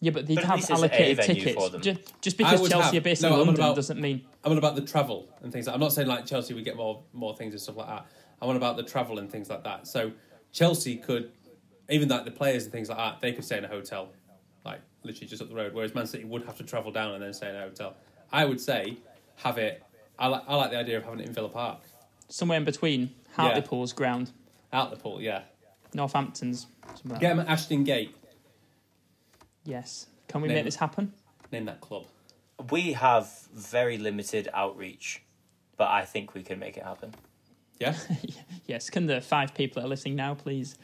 S3: Yeah, but they
S2: But at
S3: have
S2: least it's a
S3: allocated
S2: venue
S3: tickets.
S2: for them.
S3: Ju- Just,
S1: I
S3: because
S1: would
S3: Chelsea
S1: have-
S3: are based
S1: no,
S3: in
S1: I'm on
S3: London
S1: about-
S3: doesn't mean
S1: I'm on about the travel and things. I'm not saying like Chelsea would get more more things and stuff like that. I'm on about the travel and things like that. So Chelsea could, even like the players and things like that, they could stay in a hotel, like literally just up the road. Whereas Man City would have to travel down and then stay in a hotel. I would say have it. I like I like the idea of having it in Villa Park,
S3: somewhere in between Hartlepool's ground,
S1: out the pool. Yeah,
S3: Northampton's. something like
S1: get them at Ashton Gate.
S3: that. Yes. Can we
S1: Name-
S3: make this happen?
S1: Name that club.
S2: We have very limited outreach, but I think we can make it happen.
S1: Yeah,
S3: Yes. Can the five people that are listening now please?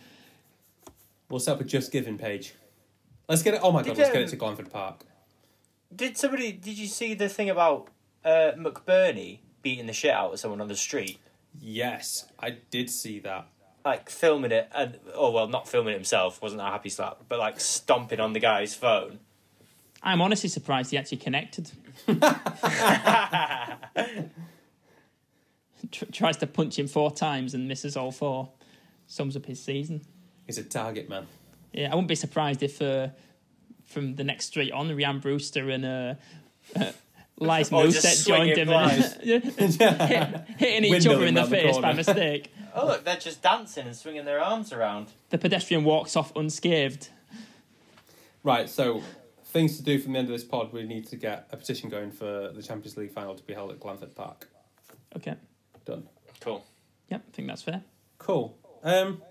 S1: we'll set up a Just Giving page. Let's get it. Oh my god,
S2: Did,
S1: let's get it
S2: um,
S1: to Glanford Park.
S2: Did somebody? Did you see the thing about uh, McBurney beating the shit out of someone on the street,
S1: Yes, I did see that.
S2: like filming it? And oh well, not filming it himself wasn't a happy slap, but like stomping on the guy's phone.
S3: I'm honestly surprised he actually connected. Tr- tries to punch him four times and misses all four. Sums up his season.
S1: He's a target man.
S3: Yeah, I wouldn't be surprised if uh, from the next street on, Rian Brewster and uh, uh, Lies
S2: Or just
S3: Mousset
S2: swing
S3: joined
S2: it
S3: him and hit- hitting each
S1: Window
S3: other in the
S1: round the
S3: face by
S1: corner.
S3: mistake.
S2: Oh look, they're just dancing and swinging their arms around.
S3: The pedestrian walks off unscathed.
S1: Right, so things to do from the end of this pod, we need to get a petition going for the Champions League final to be held at Glanford Park.
S3: Okay,
S1: Done.
S2: Cool.
S3: yep, I think that's fair.
S1: Cool. Um,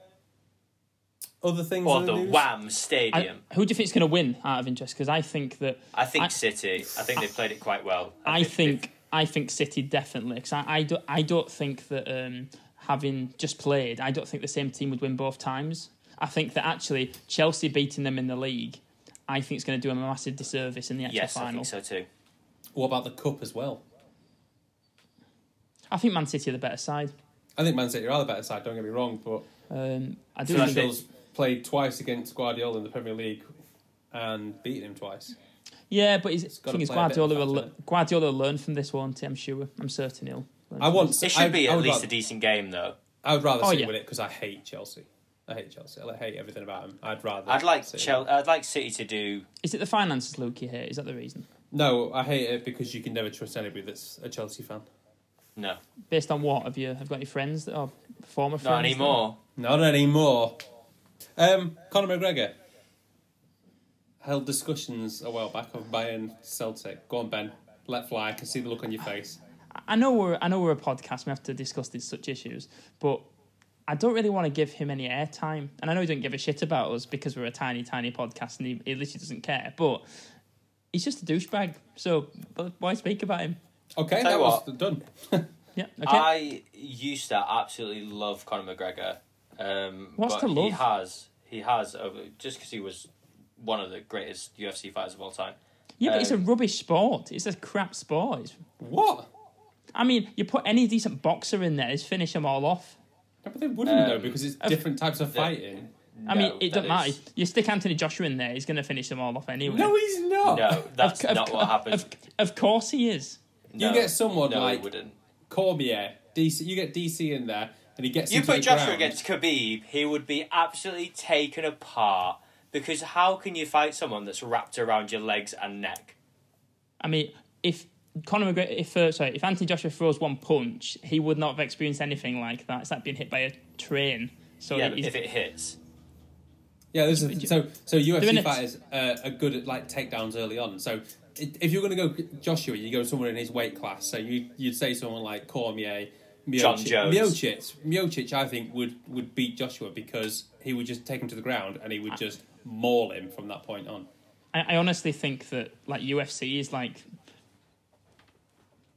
S1: other things.
S2: Or
S1: in
S2: the
S1: news?
S2: Wham
S3: I-
S2: Stadium.
S3: who do you think's going to win out of interest? Because I think that
S2: I, think
S3: I-
S2: City. I think they played it quite well.
S3: I think I think City definitely because I, I, do, I don't think that um, having just played I don't think the same team would win both times. I think that actually Chelsea beating them in the league, I think it's going to do them a massive disservice in the actual
S2: Yes, I
S3: final.
S2: think so too.
S1: What about the cup as well?
S3: I think Man City are the better side.
S1: I think Man City are the better side. Don't get me wrong, but
S3: Um, I do think
S1: Tuchel's played twice against Guardiola in the Premier League and beaten him twice.
S3: yeah, but he's,
S1: gotta
S3: thing is
S1: play a bit of
S3: Guardiola will,
S1: factor
S3: le- Guardiola will learn from this, won't he? I'm sure. I'm certain he'll. learn
S1: I
S3: from
S1: want.
S2: It should
S1: I,
S2: be
S1: I
S2: at
S1: would
S2: least
S1: rather,
S2: a decent game though.
S1: I would rather
S3: Oh,
S1: City
S3: yeah.
S1: win it because I hate Chelsea. I hate Chelsea. I hate everything about them. I'd rather.
S2: I'd like
S1: see-
S2: Chelsea. I'd like City to do.
S3: Is it the finances, Luke? You hate? Is that the reason?
S1: No, I hate it because you can never trust anybody that's a Chelsea fan.
S2: No,
S3: Based on what? Have you have you got any friends that are former friends?
S2: not
S3: that-
S2: anymore.
S1: Not anymore. Um, Conor McGregor held discussions a while back of Bayern Celtic. Go on, Ben. Let fly. I can see the look on your face.
S3: I know we're I know we're a podcast. We have to discuss these such issues, but I don't really want to give him any airtime. And I know he doesn't give a shit about us because we're a tiny, tiny podcast, and he, he literally doesn't care. But he's just a douchebag. So but why speak about him?
S1: Okay,
S2: Tell
S1: that
S2: you
S1: was done.
S3: Yeah. Okay.
S2: I used to absolutely love Conor McGregor. Um,
S3: What's
S2: but
S3: to love?
S2: He has. He has over just because he was one of the greatest UFC fighters of all time.
S3: yeah, but it's a
S2: um,
S3: rubbish sport. It's a crap sport. It's,
S1: What?
S3: I mean, you put any decent boxer in there, just finish them all off.
S1: No, but they wouldn't
S2: Um,
S1: though because it's
S3: of-
S1: different types of fighting.
S3: I
S2: No,
S3: mean, it
S2: that
S3: doesn't matter.
S2: is-
S3: You stick Anthony Joshua in there, he's going to finish them all off anyway.
S1: No, he's
S3: Oh.
S1: not.
S2: No, that's
S3: Of- of-
S2: not what happened.
S3: Of, of course he is.
S1: You
S2: No,
S1: get someone
S2: no,
S1: like
S2: it wouldn't.
S1: Cormier, DC. You get DC in there, and he gets
S2: You
S1: into
S2: put
S1: the
S2: Joshua
S1: ground.
S2: against Khabib, he would be absolutely taken apart because how can you fight someone that's wrapped around your legs and neck?
S3: I mean, if Conor McGregor, if uh, sorry, if Anthony Joshua throws one punch, he would not have experienced anything like that. It's like being hit by a train. So
S2: yeah,
S3: he's-
S2: if it hits.
S1: Yeah, this is so so
S3: Doing
S1: UFC
S3: it.
S1: fighters uh, are good at like takedowns early on. So i- if you're going to go Joshua, you go someone in his weight class. So you you'd say someone like Cormier, Miocic,
S2: John Jones.
S1: Miocic, Miocic, I think would would beat Joshua because he would just take him to the ground and he would just maul him from that point on.
S3: I, I honestly think that like UFC is like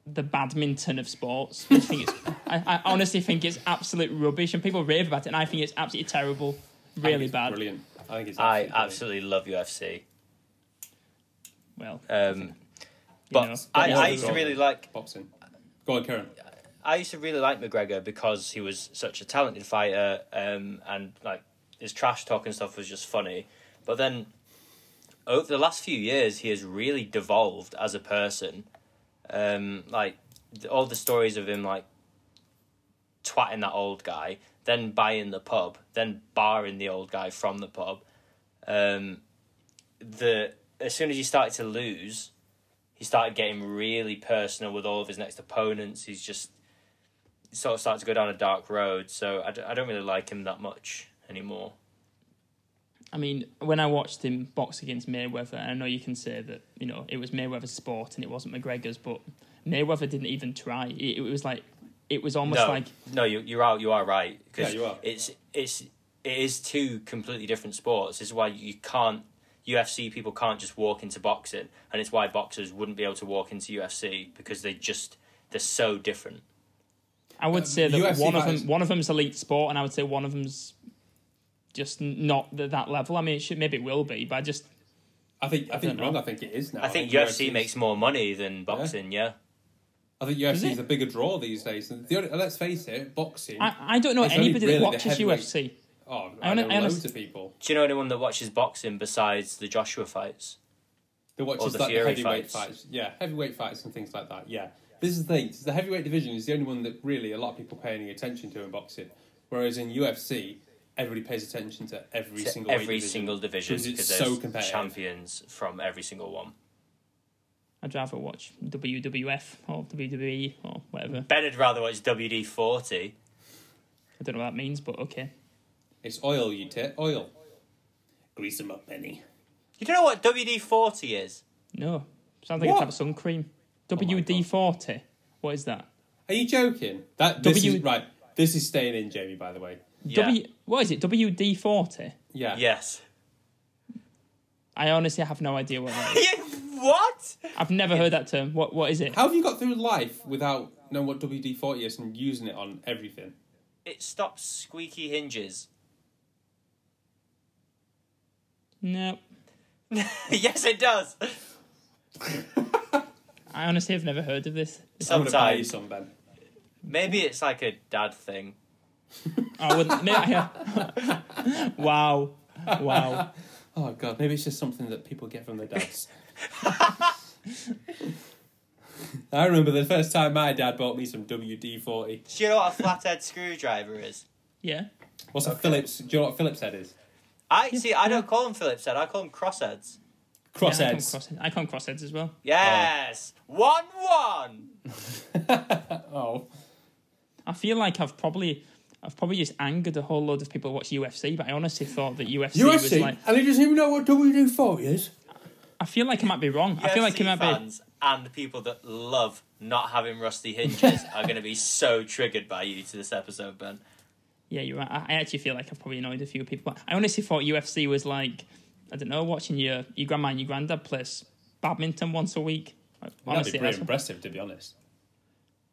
S3: the badminton of sports. I think it's. I, I honestly think it's absolute rubbish, and people rave about it, and I think it's absolutely terrible,
S1: I think
S3: really
S1: it's
S3: bad.
S1: Brilliant. I think it's.
S2: I
S1: brilliant.
S2: absolutely love UFC.
S3: Well,
S2: Um,
S3: you
S2: but
S3: know.
S2: I,
S1: Yeah,
S2: I
S1: it's
S2: used to
S1: wrong.
S2: really like
S1: boxing. Go on, Karen.
S2: I used to really like McGregor because he was such a talented fighter, um, and like his trash talk and stuff was just funny. But then, over the last few years, he has really devolved as a person. Um, like th- all the stories of him like twatting that old guy, then buying the pub, then barring the old guy from the pub. Um, the as soon as he started to lose, he started getting really personal with all of his next opponents. He's just sort of started to go down a dark road. So I, d- I don't really like him that much anymore.
S3: I mean, when I watched him box against Mayweather, and I know you can say that you know it was Mayweather's sport and it wasn't McGregor's, but Mayweather didn't even try. It, it was like it was almost
S2: no,
S3: like
S2: no, you you are you are right because
S1: Yeah, you are.
S2: it's it's it is two completely different sports. This is why you can't UFC people can't just walk into boxing, and it's why boxers wouldn't be able to walk into UFC because they just they're so different.
S3: I
S1: Uh,
S3: would say that
S1: UFC
S3: one of
S1: fighters-
S3: them one of them's elite sport, and I would say one of them's just n- not th- that level. I mean, it should, maybe it will be, but I just
S1: I think I think
S3: don't
S1: you're wrong.
S3: know.
S1: I think it is now.
S2: I think
S1: UFC
S2: UFC
S1: 's-
S2: makes more money than boxing. Yeah.
S1: I think UFC is
S3: it?
S1: a bigger draw these days. And the only, let's face it, boxing.
S3: I, I don't know
S1: It's only
S3: anybody
S1: really the
S3: that watches
S1: heavyweight-
S3: UFC.
S1: oh,
S3: I
S1: I,
S3: hone-
S1: know
S3: I
S1: loads
S3: honest-
S1: of people.
S2: Do you know anyone that watches boxing besides the Joshua fights?
S1: The watches
S2: the
S1: like the
S2: Fury
S1: heavyweight fights.
S2: fights.
S1: Yeah, heavyweight fights and things like that. Yeah. This is the thing. The heavyweight division is the only one that really a lot of people pay any attention to in boxing. Whereas in UFC, everybody pays attention to every
S2: To
S1: single weight
S2: every
S1: division.
S2: single division
S1: Because it's
S2: because
S1: so
S2: there's
S1: competitive.
S2: champions from every single one.
S3: I'd rather watch WWF or WWE or whatever.
S2: Ben would rather watch WD forty.
S3: I don't know what that means, but okay.
S1: It's oil, you tit. Oil. Grease them up, Benny.
S2: You don't know what WD forty is?
S3: No, sounds like
S1: What? Oh
S3: a type of sun cream. WD forty. What is that?
S1: Are you joking? That this
S3: W-
S1: is right. This is staying in, Jamie. By the way.
S2: Yeah.
S3: W. What is it? WD forty.
S1: Yeah.
S2: Yes.
S3: I honestly have no idea what that is.
S2: You- what?
S3: I've never heard that term. What what is it?
S1: How have you got through life without knowing what WD forty is and using it on everything?
S2: It stops squeaky hinges.
S3: No,
S2: yes, it does.
S3: I honestly have never heard of this.
S1: I'm gonna buy you
S2: Sometimes
S1: some, Ben.
S2: maybe it's like a dad thing.
S3: I wouldn't. may I- wow, wow.
S1: Oh god, maybe it's just something that people get from their dads. I remember the first time my dad bought me some WD forty.
S2: Do you know what a flathead screwdriver is?
S3: Yeah,
S1: What's a Phillips? Do you know what Phillips head is?
S2: I see. I don't call them Phillips head. I call them crossheads.
S3: Oh. Yeah, I, call 'em
S1: Crossheads.
S3: crossheads. I call 'em crossheads as well.
S2: Yes, one one.
S1: oh,
S3: I feel like I've probably I've probably just angered a whole load of people who watch UFC, but I honestly thought that UFC, was like
S5: and he doesn't even know what WD forty is.
S3: I feel like I might be wrong. I
S2: UFC
S3: feel like it might be
S2: fans and the people that love not having rusty hinges are going to be so triggered by you to this episode, Ben.
S3: Yeah, you're right. I I actually feel like I've probably annoyed a few people. I honestly thought UFC was like I don't know, watching your your grandma and your granddad play s- badminton once a week. Like,
S1: that'd
S3: Honestly,
S1: be pretty
S3: that's-
S1: impressive, to be honest.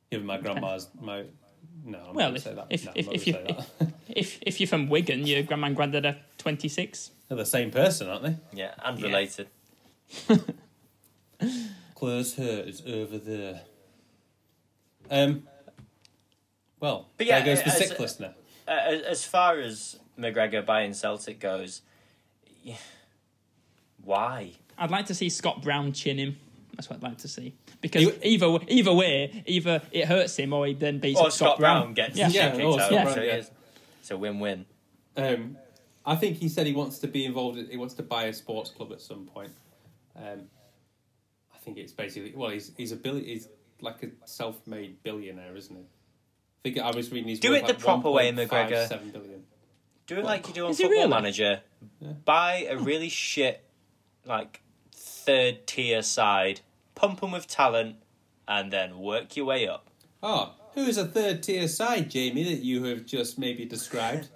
S1: Given my grandma's my. No, I'm
S3: Well,
S1: not
S3: if-
S1: going to say that.
S3: if-
S1: no,
S3: if-
S1: I'm not
S3: if
S1: gonna
S3: you-
S1: say that.
S3: if if you're from Wigan, your grandma and granddad are 26.
S1: They're the same person, aren't they?
S2: Yeah, and
S3: Yeah.
S2: related.
S1: Claire's hair is over there. Um. Well,
S2: But yeah,
S1: there goes the
S2: as-
S1: sick listener.
S2: Uh, as- as far as McGregor buying Celtic goes, yeah, why?
S3: I'd like to see Scott Brown chin him. That's what I'd like to see. Because
S1: You-
S3: either either way, either it hurts him or he then beats
S2: Or
S3: up
S2: Scott, Brown, gets
S3: Yeah.
S2: his shit
S1: Yeah,
S2: kicked
S1: or
S2: out.
S3: Scott
S2: so
S1: Brown, yeah.
S2: it's- It's a win-win.
S1: Um, I think he said he wants to be involved. in- He wants to buy a sports club at some point. Um, I think it's basically well, he's he's a billi- he's like a self-made billionaire, isn't he? I think I was reading he's
S2: Do
S1: worth
S2: it the
S1: like
S2: proper way,
S1: 1.57 billion.
S2: Do it like you do on
S3: Is he
S2: Football
S3: really? Oh.
S2: Manager. Buy a really shit, like third tier side, pump them with talent, and then work your way up.
S1: Oh, who is a third-tier side, Jamie, that you have just maybe described?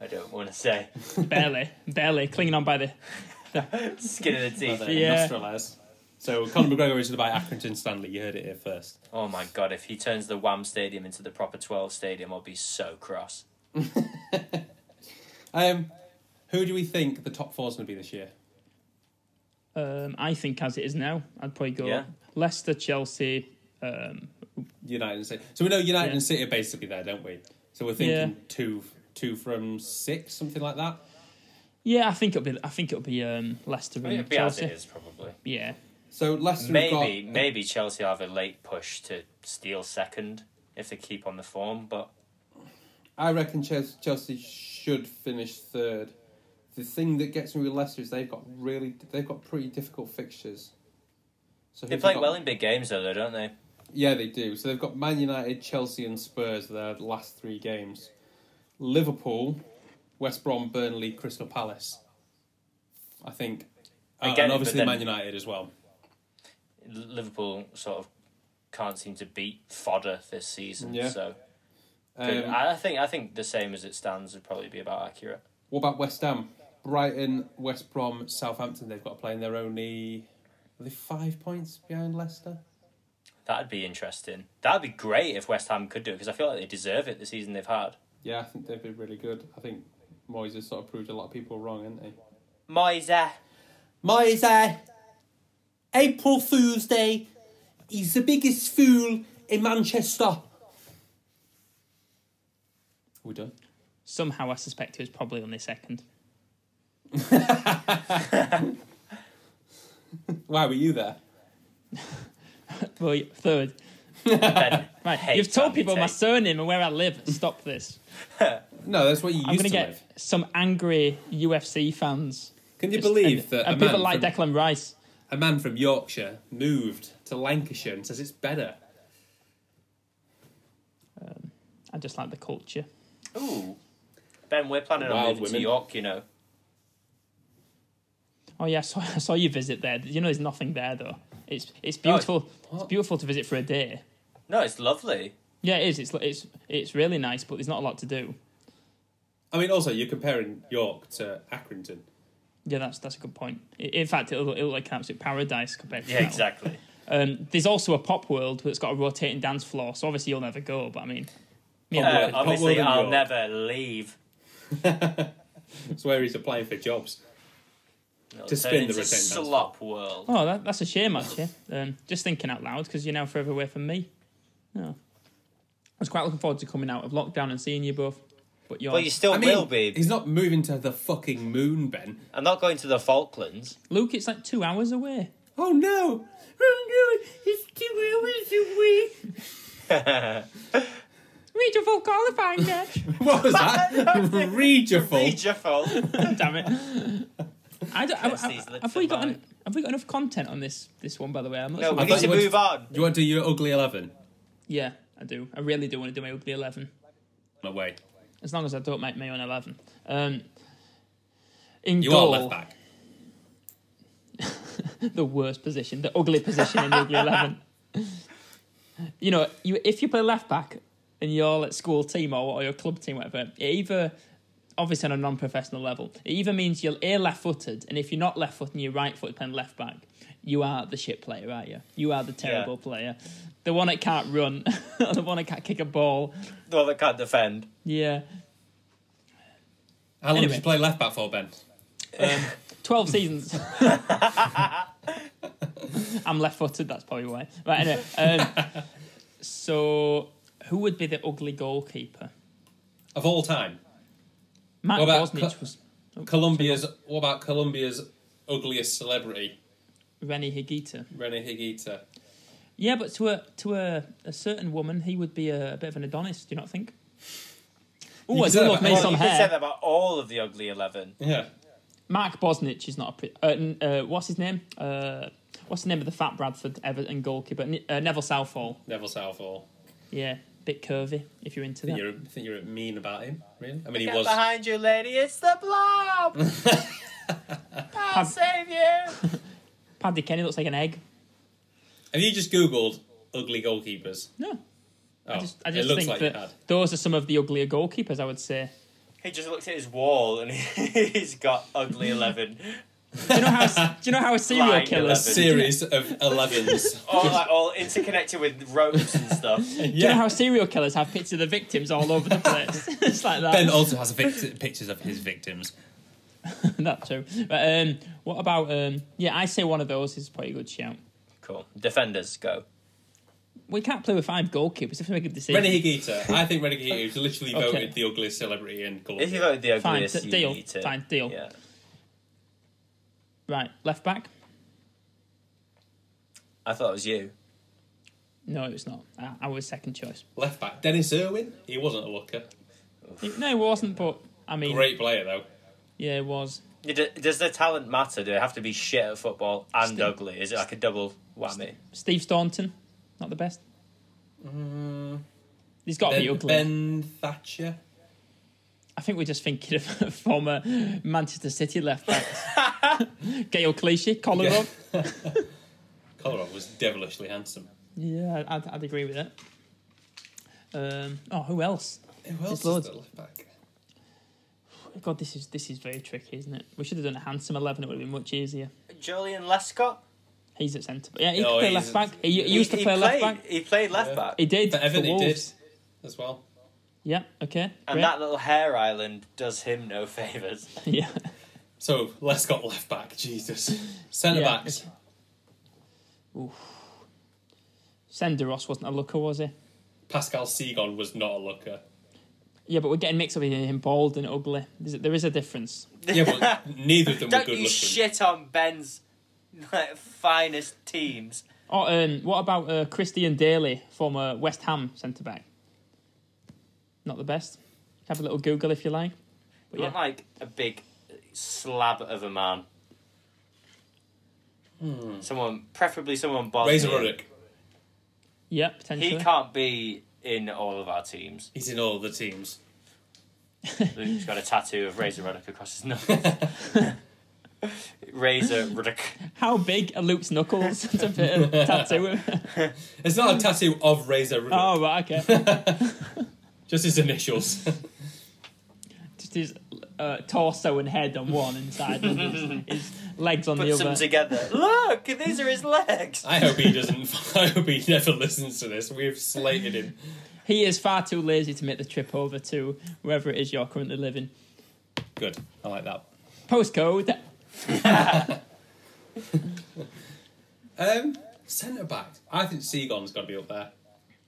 S2: I don't want to say
S3: barely, barely clinging on by the.
S2: skin of the teeth.
S3: Yeah.
S1: Industrialised. So Conor McGregor is going to buy Accrington Stanley. You heard it here first.
S2: Oh my god! If he turns the Wham Stadium into the proper twelve stadium, I'll be so cross.
S1: Um, who do we think the top four is going to be this year?
S3: Um, I think as it is now, I'd probably go
S2: Yeah.
S3: Leicester, Chelsea. Um,
S1: United and City. So we know United
S3: Yeah.
S1: and City are basically there, don't we? So we're thinking
S3: Yeah.
S1: two, two from six, something like that.
S3: yeah, I think it'll be. I think it'll be um, Leicester
S1: Oh,
S3: and
S2: It'd be as
S3: Chelsea.
S2: it is probably.
S3: Yeah,
S1: So Leicester have got-
S2: Maybe maybe Chelsea have a late push to steal second if they keep on the form, but
S1: I reckon Ches- Chelsea should finish third. The thing that gets me with Leicester is they've got really, they've got pretty difficult fixtures. So
S2: they
S1: who've
S2: play
S1: got?
S2: well in big games though, don't they?
S1: Yeah, they do. So they've got Man United, Chelsea, and Spurs their last three games. Liverpool, West Brom, Burnley, Crystal Palace. I think, Uh,
S2: Again,
S1: and
S2: but
S1: obviously
S2: then-
S1: Man United as well.
S2: L- Liverpool sort of can't seem to beat fodder this season.
S1: Yeah.
S2: So
S1: Um,
S2: I I think I think the same as it stands would probably be about accurate.
S1: What about West Ham? Brighton, West Brom, Southampton, they've got to play, and they're only are they five points behind Leicester?
S2: That'd be interesting. That'd be great if West Ham could do it because I feel like they deserve it the season they've had.
S1: Yeah, I think they'd be really good. I think Moyes has sort of proved a lot of people wrong, hasn't he?
S2: Moise.
S1: Moyes, uh, April Fool's Day, he's the biggest fool in Manchester. We done?
S3: somehow I suspect it was probably only second.
S1: Why were you there?
S3: Well, yeah, third.
S2: Ben
S3: Right,
S2: hates
S3: you've told
S2: Andy
S3: people my
S2: Tate.
S3: surname and where I live. Stop this.
S1: No, that's what you used
S3: I'm going
S1: to
S3: to get
S1: live.
S3: some angry UFC fans.
S1: Can you
S3: Just-
S1: believe
S3: and,
S1: that
S3: and
S1: a
S3: people
S1: man
S3: like
S1: from-
S3: Declan Rice.
S1: a man from Yorkshire moved to Lancashire and says it's better?
S3: I just like the culture.
S2: Ooh. Ben, we're planning on
S1: Wild
S2: moving
S1: women.
S2: to York, you know.
S3: Oh yeah, I saw, I saw you visit there. You know, there's nothing there though. It's
S1: Oh,
S3: it's beautiful. it's beautiful to visit for a day.
S2: No, it's lovely.
S3: Yeah, it is. It's it's it's really nice, but there's not a lot to do.
S1: I mean, also you're comparing York to Accrington.
S3: Yeah, that's that's a good point. I- In fact, it'll, it'll look like an absolute paradise compared to
S2: Yeah,
S3: that.
S2: exactly.
S3: Um, there's also a pop world that's got a rotating dance floor, so obviously you'll never go. But I mean, me and
S1: Pop
S2: Uh,
S1: world- pop world
S2: obviously,
S1: in
S2: I'll
S1: York.
S2: never leave.
S1: It's where he's applying for jobs.
S2: It'll
S1: To
S2: turn
S1: spin the
S2: into
S1: retained dance
S2: slop world.
S3: Oh, that, that's a shame, actually. Um, just thinking out loud, because you're now forever away from me. No. I was quite looking forward to coming out of lockdown and seeing you both. But you're.
S2: But you still
S1: I mean,
S2: will be.
S1: He's not moving to the fucking moon, Ben.
S2: I'm not going to the Falklands.
S3: Luke, it's like two hours away.
S1: Oh no! Oh no! It's two hours away.
S3: Regional qualifying match.
S1: What was that? Regiful.
S2: Jeffel.
S3: Damn it. I don't, I,
S2: Curse these
S3: I,
S2: lips
S3: have, we
S2: of
S3: got
S2: mine.
S3: en- have we got enough content on this this one, by the way? I'm not
S2: No,
S3: sure.
S2: we
S1: I
S2: need
S1: thought
S2: to
S1: you
S2: move on.
S1: Do you want to do your ugly 11?
S3: Yeah, I do. I really do want to do my ugly 11.
S1: No way.
S3: As long as I don't make my own 11. Um, in
S1: You
S3: goal,
S1: are left back.
S3: the worst position, the ugly position in the ugly 11. You know, you if you play left back and you're like school team or, or your club team, whatever, it either, obviously on a non professional level, it either means you're A left footed, and if you're not left footed and you're right footed playing left back, you are the shit player, aren't you? You are the terrible player. The one that can't run, or the one that can't kick a ball.
S2: The one that can't defend.
S3: Yeah.
S1: How long
S3: Anyway.
S1: did you play left back for, Ben?
S3: 12 seasons. I'm left footed, that's probably why. Right, anyway. Um, so, who would be the ugly goalkeeper?
S1: Of all time.
S3: Matt
S1: What about
S3: Bosnich
S1: Cl-
S3: was
S1: Colombia's. What about Colombia's ugliest celebrity,
S3: Rennie Higuita.
S1: Rene Higuita?
S3: Yeah, but to a to a, a certain woman, he would be a, a bit of an Adonis, do you not think? Oh,
S1: could
S3: I do
S1: say
S3: love
S1: that
S3: me
S1: about-
S3: some
S2: you could say that
S3: hair.
S2: about all of the ugly eleven.
S1: Yeah.
S3: Mark Bosnich is not a. Pre- uh, n- uh, what's his name? Uh, what's the name of the fat Bradford Everton goalkeeper? Ne- uh, Neville Southall.
S1: Neville Southall.
S3: Yeah, bit curvy if you're
S1: I
S3: into
S1: think,
S3: that.
S1: you're, I think you're mean about him, really? I mean, he
S2: Get
S1: was.
S2: behind you, lady. It's the blob. I'll save you.
S3: Paddy Kenny looks like an egg.
S1: Have you just Googled ugly goalkeepers?
S3: No.
S1: Oh,
S3: I just, I
S1: it
S3: just
S1: looks
S3: think
S1: like you had.
S3: that those are some of the uglier goalkeepers, I would say.
S2: He just looks at his wall and he's got ugly eleven.
S3: Do you know how, do you know how a serial
S2: Blind
S3: killer...
S1: A
S2: eleven.
S3: Do
S1: series of 11s.
S2: all like all interconnected with ropes and stuff.
S3: you know
S1: yeah.
S3: how serial killers have pictures of the victims all over the place? it's like that.
S1: Ben also has vict- pictures of his victims.
S3: That's true. But um, what about... Um, yeah, I say one of those is probably a good shout.
S2: Cool. Defenders go.
S3: We can't play with five goalkeepers if we make a decision.
S1: Rene Higuita. I think Rene Higuita was literally
S3: Okay.
S1: voted the ugliest celebrity in Colombia.
S2: If you voted the
S3: Fine,
S2: ugliest,
S3: d-
S2: you
S3: deal.
S2: need to-
S3: Fine, deal.
S2: Yeah.
S3: Right, left back?
S2: I thought it was you.
S3: No, it's not. I, I was second choice.
S1: Left back, Dennis Irwin. He wasn't a looker.
S3: No, it wasn't, but... I mean,
S1: Great player though.
S3: yeah, it was.
S2: Yeah, d- Does the talent matter? Do they have to be shit at football and
S3: Steve-
S2: ugly? Is it like a double whammy?
S3: Steve Staunton, not the best. He's got to
S1: Mm.
S3: be
S1: Ben,
S3: ugly.
S1: Ben Thatcher.
S3: I think we're just thinking of former Manchester City left backs. Gail Clichy, Kolarov.
S1: Kolarov was devilishly handsome.
S3: Yeah, I'd, I'd agree with that. Um, oh, who else?
S1: Who else is
S3: loads.
S1: the left back?
S3: God, this is this is very tricky, isn't it? We should have done a handsome eleven. It would have been much easier.
S2: Julian Lescott.
S3: He's at centre. Yeah, he
S1: Oh,
S3: could play
S1: he's
S3: left
S1: a-
S3: back. He, he used to play left
S2: played,
S3: back.
S2: He played left back.
S3: He did.
S1: For Everton,
S3: for
S1: he did
S3: Wolves.
S1: as well.
S3: Yeah. Okay.
S2: And
S3: great.
S2: that little hair island does him no favours.
S3: yeah.
S1: So let's got left back. Jesus, centre
S3: Yeah.
S1: backs.
S3: Senderos wasn't a looker, was he?
S1: Pascal Segon was not a looker.
S3: Yeah, but we're getting mixed up with him bald and ugly. There's, there is a difference.
S1: Yeah, but neither of them were
S2: Don't
S1: good
S2: you
S1: looking.
S2: shit on Ben's like, finest teams.
S3: Oh, um, what about uh, Christian Daly, former West Ham centre back? Not the best. Have a little Google if you like. But
S2: Look
S3: yeah,
S2: like a big slab of a man.
S3: Hmm.
S2: Someone, preferably someone Bosnian.
S1: Razor Ruddock.
S3: yeah,
S2: He
S3: potentially.
S2: can't be in all of our teams.
S1: He's in all the teams.
S2: Luke's got a tattoo of Razor Ruddock across his nose. Razor Ruddock.
S3: How big are Luke's knuckles to fit a tattoo?
S1: It's not a tattoo of Razor Ruddock.
S3: oh, right, okay.
S1: Just his initials.
S3: Just his uh, torso and head on one and side, and his, his legs on the
S2: Puts them
S3: other.
S2: together. Look, these are his legs.
S1: I hope he doesn't. I hope he never listens to this. We've slated him.
S3: He is far too lazy to make the trip over to wherever it is you're currently living.
S1: Good. I like that.
S3: Postcode.
S1: Um, centre back. I think Seagon's got to be up there.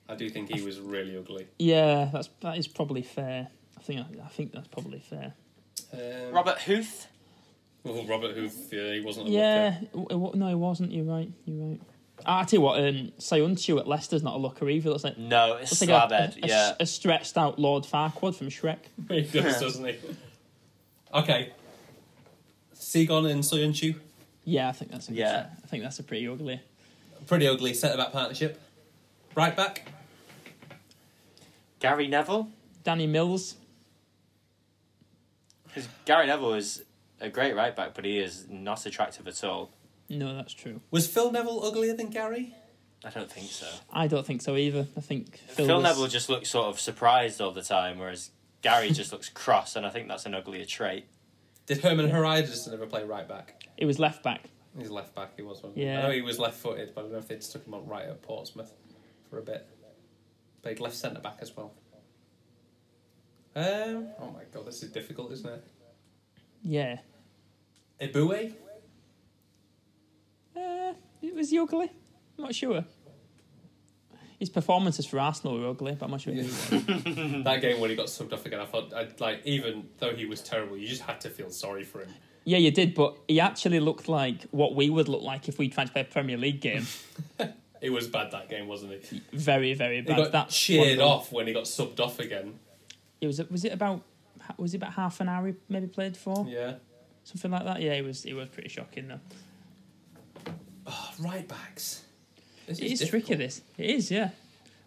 S1: I do think he was really ugly.
S3: Yeah, that's that is probably fair. I think I think that's probably fair.
S1: Um,
S2: Robert Huth.
S1: Well, Robert Hoof. Yeah, he wasn't. A
S3: Yeah,
S1: looker.
S3: it, wa- no, it wasn't. You're right. You're right. I tell you what, um, Sayuncu at Leicester's not a looker either. That's like,
S2: No, it's
S3: that's like a,
S2: slabhead.
S3: a- a-
S2: yeah.
S3: a stretched out Lord Farquaad from Shrek.
S1: He does, doesn't he? Okay. Seagon and Soyuncu,
S3: Yeah, I think that's a good
S2: Yeah.
S3: shout. I think that's a pretty ugly.
S1: pretty ugly centre back partnership. Right back,
S2: Gary Neville.
S3: Danny Mills.
S2: 'Cause Gary Neville is a great right back, but he is not attractive at all.
S3: No, that's true.
S1: was Phil Neville uglier than Gary?
S2: I don't think so.
S3: I don't think so either. I think Phil,
S2: Phil,
S3: was-
S2: Neville just looks sort of surprised all the time, whereas Gary just looks cross, and I think that's an uglier trait.
S1: Did Herman Herides never play right back?
S3: He was left back.
S1: He's left back. He was one.
S3: Yeah.
S1: I know he was left footed, but I don't know if they'd stuck him on right at Portsmouth for a bit. Played left centre back as well. Um. Oh my god, this is difficult, isn't it?
S3: Yeah.
S1: Ibue.
S3: Uh, it was he ugly. I'm not sure. His performances for Arsenal were ugly, but I'm not sure.
S1: Yeah. that game when he got subbed off again, I thought I'd, like even though he was terrible, you just had to feel sorry for him.
S3: Yeah, you did, but he actually looked like what we would look like if we tried to play a Premier League game.
S1: It was bad that game, wasn't it? He
S3: Very, very bad.
S1: got
S3: That's one of
S1: cheered
S3: them.
S1: off when he got subbed off again.
S3: It was. Was it about? Was it about half an hour? He maybe played for
S1: Yeah.
S3: something like that. Yeah, it was. It was pretty shocking though.
S1: Oh, right backs. This
S3: It is
S1: difficult.
S3: tricky. This it is, yeah.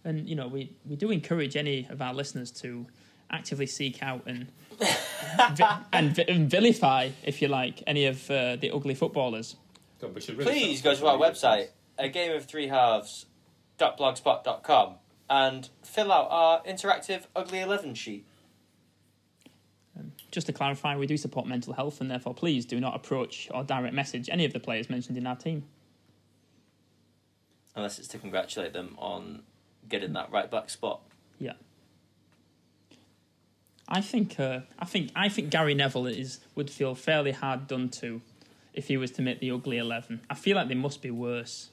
S3: And you know, we we do encourage any of our listeners to actively seek out and vi- and, vi- and vilify, if you like, any of uh, the ugly footballers.
S1: God, we should really
S2: Please go
S1: start
S2: to our
S1: talking about
S2: website, a game of three halves. blogspot.com and fill out our interactive ugly 11 sheet.
S3: Just to clarify, we do support mental health, and therefore, please do not approach or direct message any of the players mentioned in our team.
S2: Unless it's to congratulate them on getting that right back spot.
S3: Yeah. I think uh, I think I think Gary Neville is would feel fairly hard done to if he was to make the ugly eleven. I feel like they must be worse.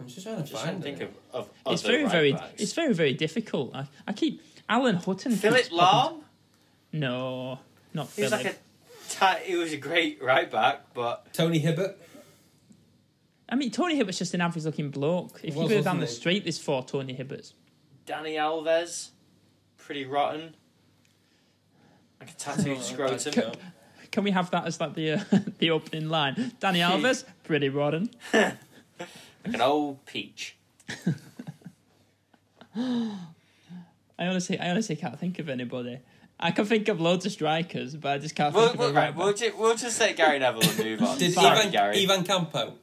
S1: I'm just trying to
S2: Just
S1: find
S2: trying to think
S1: it.
S2: of, of
S3: it's
S2: other Oh,
S3: very
S2: right
S3: very
S2: backs.
S3: it's very very difficult. I, I keep Alan Hutton.
S2: Philip
S3: keeps popping-
S2: Lahm?
S3: No, not
S2: He was
S3: Philip.
S2: like a ta- he was a great right back, but
S1: Tony Hibbert.
S3: I mean, Tony Hibbert's just an average looking bloke. If
S1: He was,
S3: you go down
S1: wasn't
S3: the
S1: he?
S3: street, there's four Tony Hibberts.
S2: Danny Alves, pretty rotten. Like a
S1: Oh,
S2: tattooed scrotum.
S1: Yeah.
S3: Can we have that as like the uh, the opening line? Danny Alves, pretty rotten.
S2: Like an old peach.
S3: I honestly, I honestly can't think of anybody. I can think of loads of strikers, but I just can't
S2: We'll,
S3: think
S2: we'll,
S3: of a right
S2: right, we'll, ju- we'll just say Gary Neville and move on.
S1: Did
S2: Sorry,
S1: Ivan,
S2: Gary.
S1: Ivan Campo?
S3: back.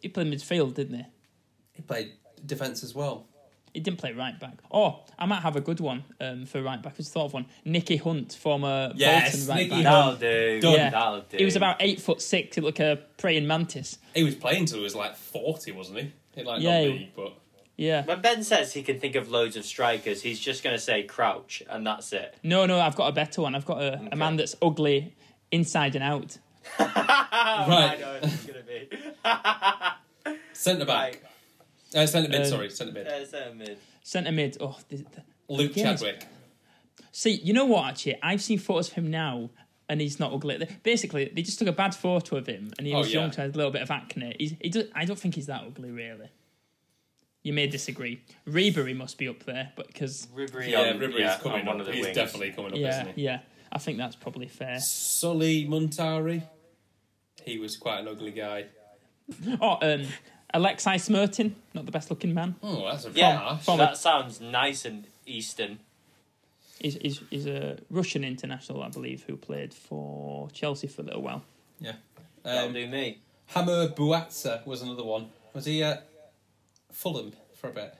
S3: He played midfield, didn't he?
S1: He played defence as well.
S3: He didn't play right back. Oh, I might have a good one um, for right back. I just thought of one. Nicky Hunt, former
S1: Yes,
S3: Bolton right
S1: Nicky
S3: back.
S1: Hunt.
S2: That'll do.
S1: Done.
S3: Yeah.
S2: That'll do.
S3: He was about eight foot six. He looked like a praying mantis.
S1: He was playing till he was like 40, wasn't he? He like
S3: Yeah,
S1: not
S3: he-
S1: big, but
S3: Yeah.
S2: When Ben says he can think of loads of strikers, he's just going to say Crouch, and that's it.
S3: No, no, I've got a better one. I've got a, a man that's ugly inside and out.
S2: I know what it's going to be.
S1: centre back.
S2: Right.
S1: Uh, centre mid.
S3: Um,
S1: sorry, centre mid.
S2: There's um, that mid.
S3: Centre mid. Oh, the, the-
S1: Luke
S3: yes.
S1: Chadwick.
S3: See, you know what? Actually, I've seen photos of him now, and he's not ugly. They- Basically, they just took a bad photo of him, and he
S1: Oh,
S3: was
S1: yeah.
S3: young, so he had a little bit of acne. He's, he does, I don't think he's that ugly, really. You may disagree. Ribery must be up there, but because
S2: Ribery
S1: Yeah,
S2: on,
S1: Ribery's
S2: yeah,
S1: coming
S2: on one
S1: up.
S2: of the
S1: He's
S2: wings.
S1: definitely coming up,
S3: yeah,
S1: isn't he?
S3: yeah, I think that's probably fair.
S1: Sully Muntari. He was quite an ugly guy.
S3: Oh, um, Alexei Smertin, not the best looking man.
S1: Oh, that's a bit
S2: Yeah,
S1: harsh.
S2: that sounds nice and Eastern.
S3: He's, he's, he's a Russian international, I believe, who played for Chelsea for a little while.
S2: That'll
S1: Um,
S2: do me.
S1: Hammer Buatza was another one. Was he at Fulham for a bit?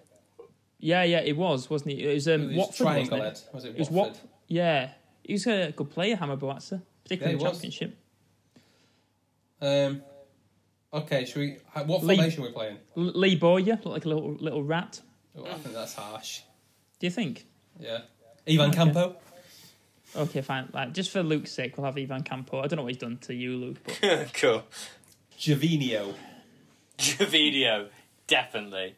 S3: Yeah, yeah, it was, wasn't he? It was
S1: He
S3: um,
S1: was
S3: Watford, wasn't
S1: triangle
S3: it?
S1: head. Was it
S3: It was
S1: Watford?
S3: Wat. Yeah, he was a good player, Hammer Boatza, particularly
S1: Yeah, he
S3: in the
S1: was.
S3: championship.
S1: Um, okay, should we? ha- What
S3: Lee-
S1: formation are we playing?
S3: L- Lee Boyer looked like a little little rat.
S1: Oh, I think that's harsh.
S3: Do you think?
S1: Yeah. Ivan
S3: Okay.
S1: Campo.
S3: Okay, fine. Like just for Luke's sake, we'll have Ivan Campo. I don't know what he's done to you, Luke. But
S2: cool.
S1: Javinio.
S2: Javinio, definitely.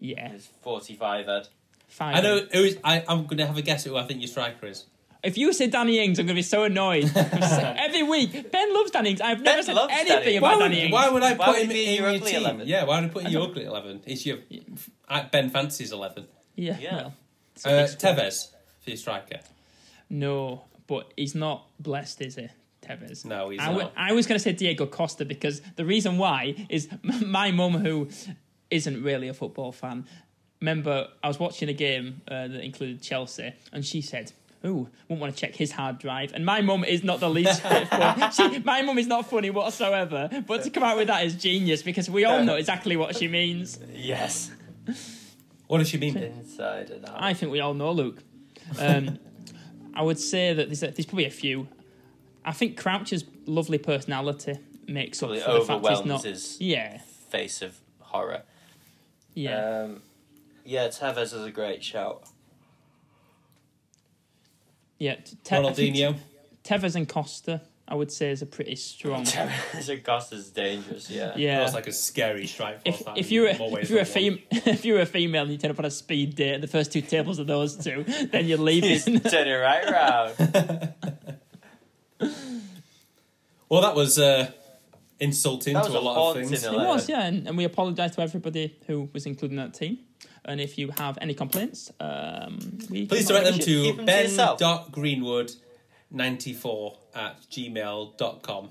S3: yeah,
S2: He's 45 Ed.
S3: fine.
S1: I know. Who is, I, I'm going to have a guess at who I think your striker is.
S3: If you say Danny Ings, I'm going to be so annoyed. Every week, Ben loves Danny Ings. I've never
S2: Ben
S3: said
S2: loves
S3: anything
S2: Danny Ings.
S3: about
S1: Why
S3: Danny
S1: would,
S3: Ings.
S1: why would I
S2: Why
S1: put
S2: would
S1: him in
S2: he be in
S1: your
S2: your ugly
S1: team?
S2: 11?
S1: Yeah, why would I put in your ugly eleven? It's your uh, Ben Fancy's eleven.
S3: Yeah.
S2: Yeah.
S3: well,
S1: Uh, Tevez for your striker.
S3: no, but he's not blessed, is he? Tevez.
S1: No, he's
S3: I, w-
S1: not.
S3: I was going to say Diego Costa because the reason why is my mum, who isn't really a football fan, remember I was watching a game uh, that included Chelsea, and she said. Ooh, wouldn't want to check his hard drive. And my mum is not the least. faithful. she, my mum is not funny whatsoever. But to come out with that is genius because we all know exactly what she means.
S2: Yes.
S1: What does she mean?
S2: Inside and out.
S3: I think we all know Luke. Um, I would say that there's, there's probably a few. I think Crouch's lovely personality makes up
S2: Probably
S3: for the fact he's
S2: overwhelms
S3: not.
S2: his
S3: Yeah,
S2: face of horror.
S3: yeah.
S1: Uh,
S2: Um, yeah, Tevez is a great shout.
S3: yeah. Te- I think
S1: Ronaldinho.
S3: Tevez and Costa, I would say, is a pretty strong.
S2: Tevez and Costa's dangerous, yeah.
S3: yeah.
S1: That was like a scary strike.
S3: if,
S1: force, that,
S3: if
S1: in
S3: you're a,
S1: more ways
S3: if you're a
S1: than one.
S3: fem- if you're a female and you turn up on a speed date, the first two tables of those two, then you're
S2: He's
S3: leaving.
S2: turning right round.
S1: well, that was uh, insulting
S2: That was
S1: to a
S2: a
S1: lot of
S2: haunting
S1: things.
S2: ele-
S3: It was, yeah, and, and we apologise to everybody who was included in that team. And if you have any complaints, um, we
S1: Please
S3: can
S1: direct them
S3: publish it.
S1: to
S2: Keep them to yourself.
S1: ben.greenwood94 at gmail.com.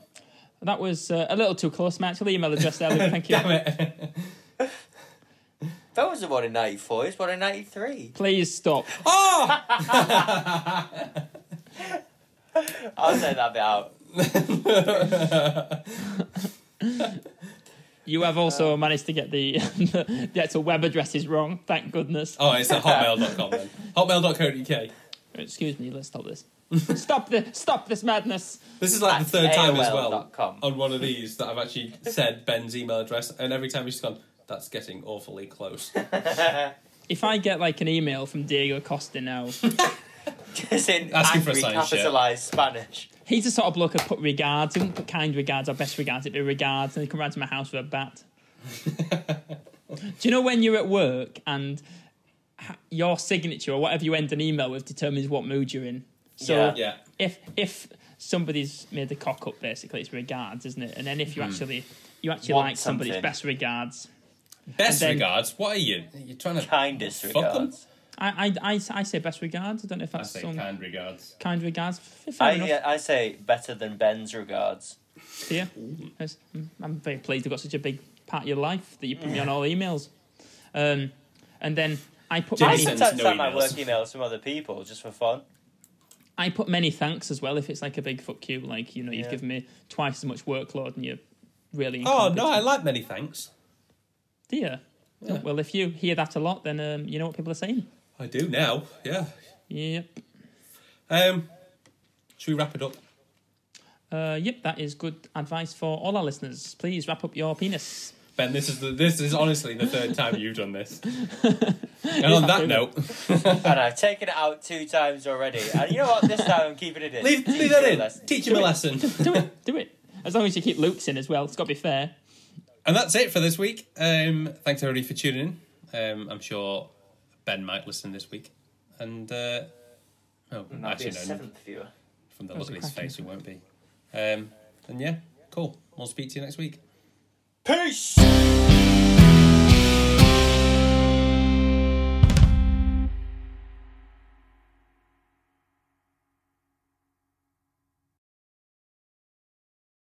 S3: That was uh, a little too close. My actual email address there, Luke. Thank you.
S1: Damn it.
S2: that was the one in 94, it's one in 93.
S3: Please stop.
S1: oh!
S2: I'll say that bit out.
S3: You
S1: Uh,
S3: have also managed to get the, the actual web addresses wrong. Thank goodness.
S1: oh, it's at hotmail.com then. Hotmail.co.uk.
S3: Excuse me. Let's stop this. stop the stop this madness.
S1: This is like the
S2: That's
S1: third time as well Oh.
S2: AOL.com.
S1: on one of these that I've actually said Ben's email address, and every time he's gone, that's getting awfully close.
S3: If I get like an email from Diego Costa now,
S2: It's in
S1: Asking for a
S2: angry
S1: sign, shit.
S2: capitalised Spanish.
S3: he's the sort of bloke who put regards. He wouldn't put kind regards or best regards. It'd be regards, and he'd come round to my house with a bat. Do you know when you're at work and ha- your signature or whatever you end an email with determines what mood you're in? So
S2: Yeah.
S1: yeah.
S3: if if somebody's made the cock up, basically it's regards, isn't it? And then if you actually you
S2: Hmm.
S3: actually
S2: Want
S3: like somebody's
S2: something.
S3: best regards,
S1: Best
S3: And then-
S1: regards. What are you? You're trying to.
S2: Kindest
S1: Fuck 'em.
S2: regards.
S3: I I, I, I say best regards. I don't know if that's some kind.
S1: regards.
S3: regards. F- Fair
S2: I,
S3: enough.
S2: yeah, I say better than Ben's regards.
S3: to you. Yes, I'm- I'm very pleased I've got such a big part of your life that you put me on all emails. Um, and then I put
S2: I
S1: Jenny
S3: many,
S1: sends
S2: sometimes
S1: no
S2: send my
S1: emails.
S2: work emails from other people just for fun.
S3: I put many thanks as well if it's like a big fuck you, like you know you've
S2: Yeah.
S3: given me twice as much workload and you're really.
S1: Oh, no,
S3: incompetent.
S1: I like many thanks.
S3: Dear.
S1: Yeah.
S3: Oh, Well, if you hear that a lot, then um, you know what people are saying.
S1: I do now, yeah.
S3: Yep.
S1: Um, should we wrap it up?
S3: Uh, yep, that is good advice for all our listeners. Please wrap up your penis.
S1: Ben, this is the, this is honestly the third time you've done this. And on that
S3: happening.
S1: note,
S2: and I've taken it out two times already. And you know what? This time I'm keeping it in.
S1: leave, leave
S2: Teach
S1: that
S2: you a
S1: in.
S2: lesson.
S1: Teach him a lesson.
S3: Do it, do it. As long as you keep Luke's in as well, it's got to be fair.
S1: And that's it for this week. Um, thanks everybody for tuning in. Um, I'm sure Ben might listen this week, and uh, oh,
S2: And that'll be
S1: actually
S2: a
S1: no,
S2: seventh viewer.
S1: from the
S3: That was
S1: look
S3: a
S1: of his
S3: cracking
S1: face, he won't be. Um, and yeah, cool. We'll speak to you next week.
S2: Peace!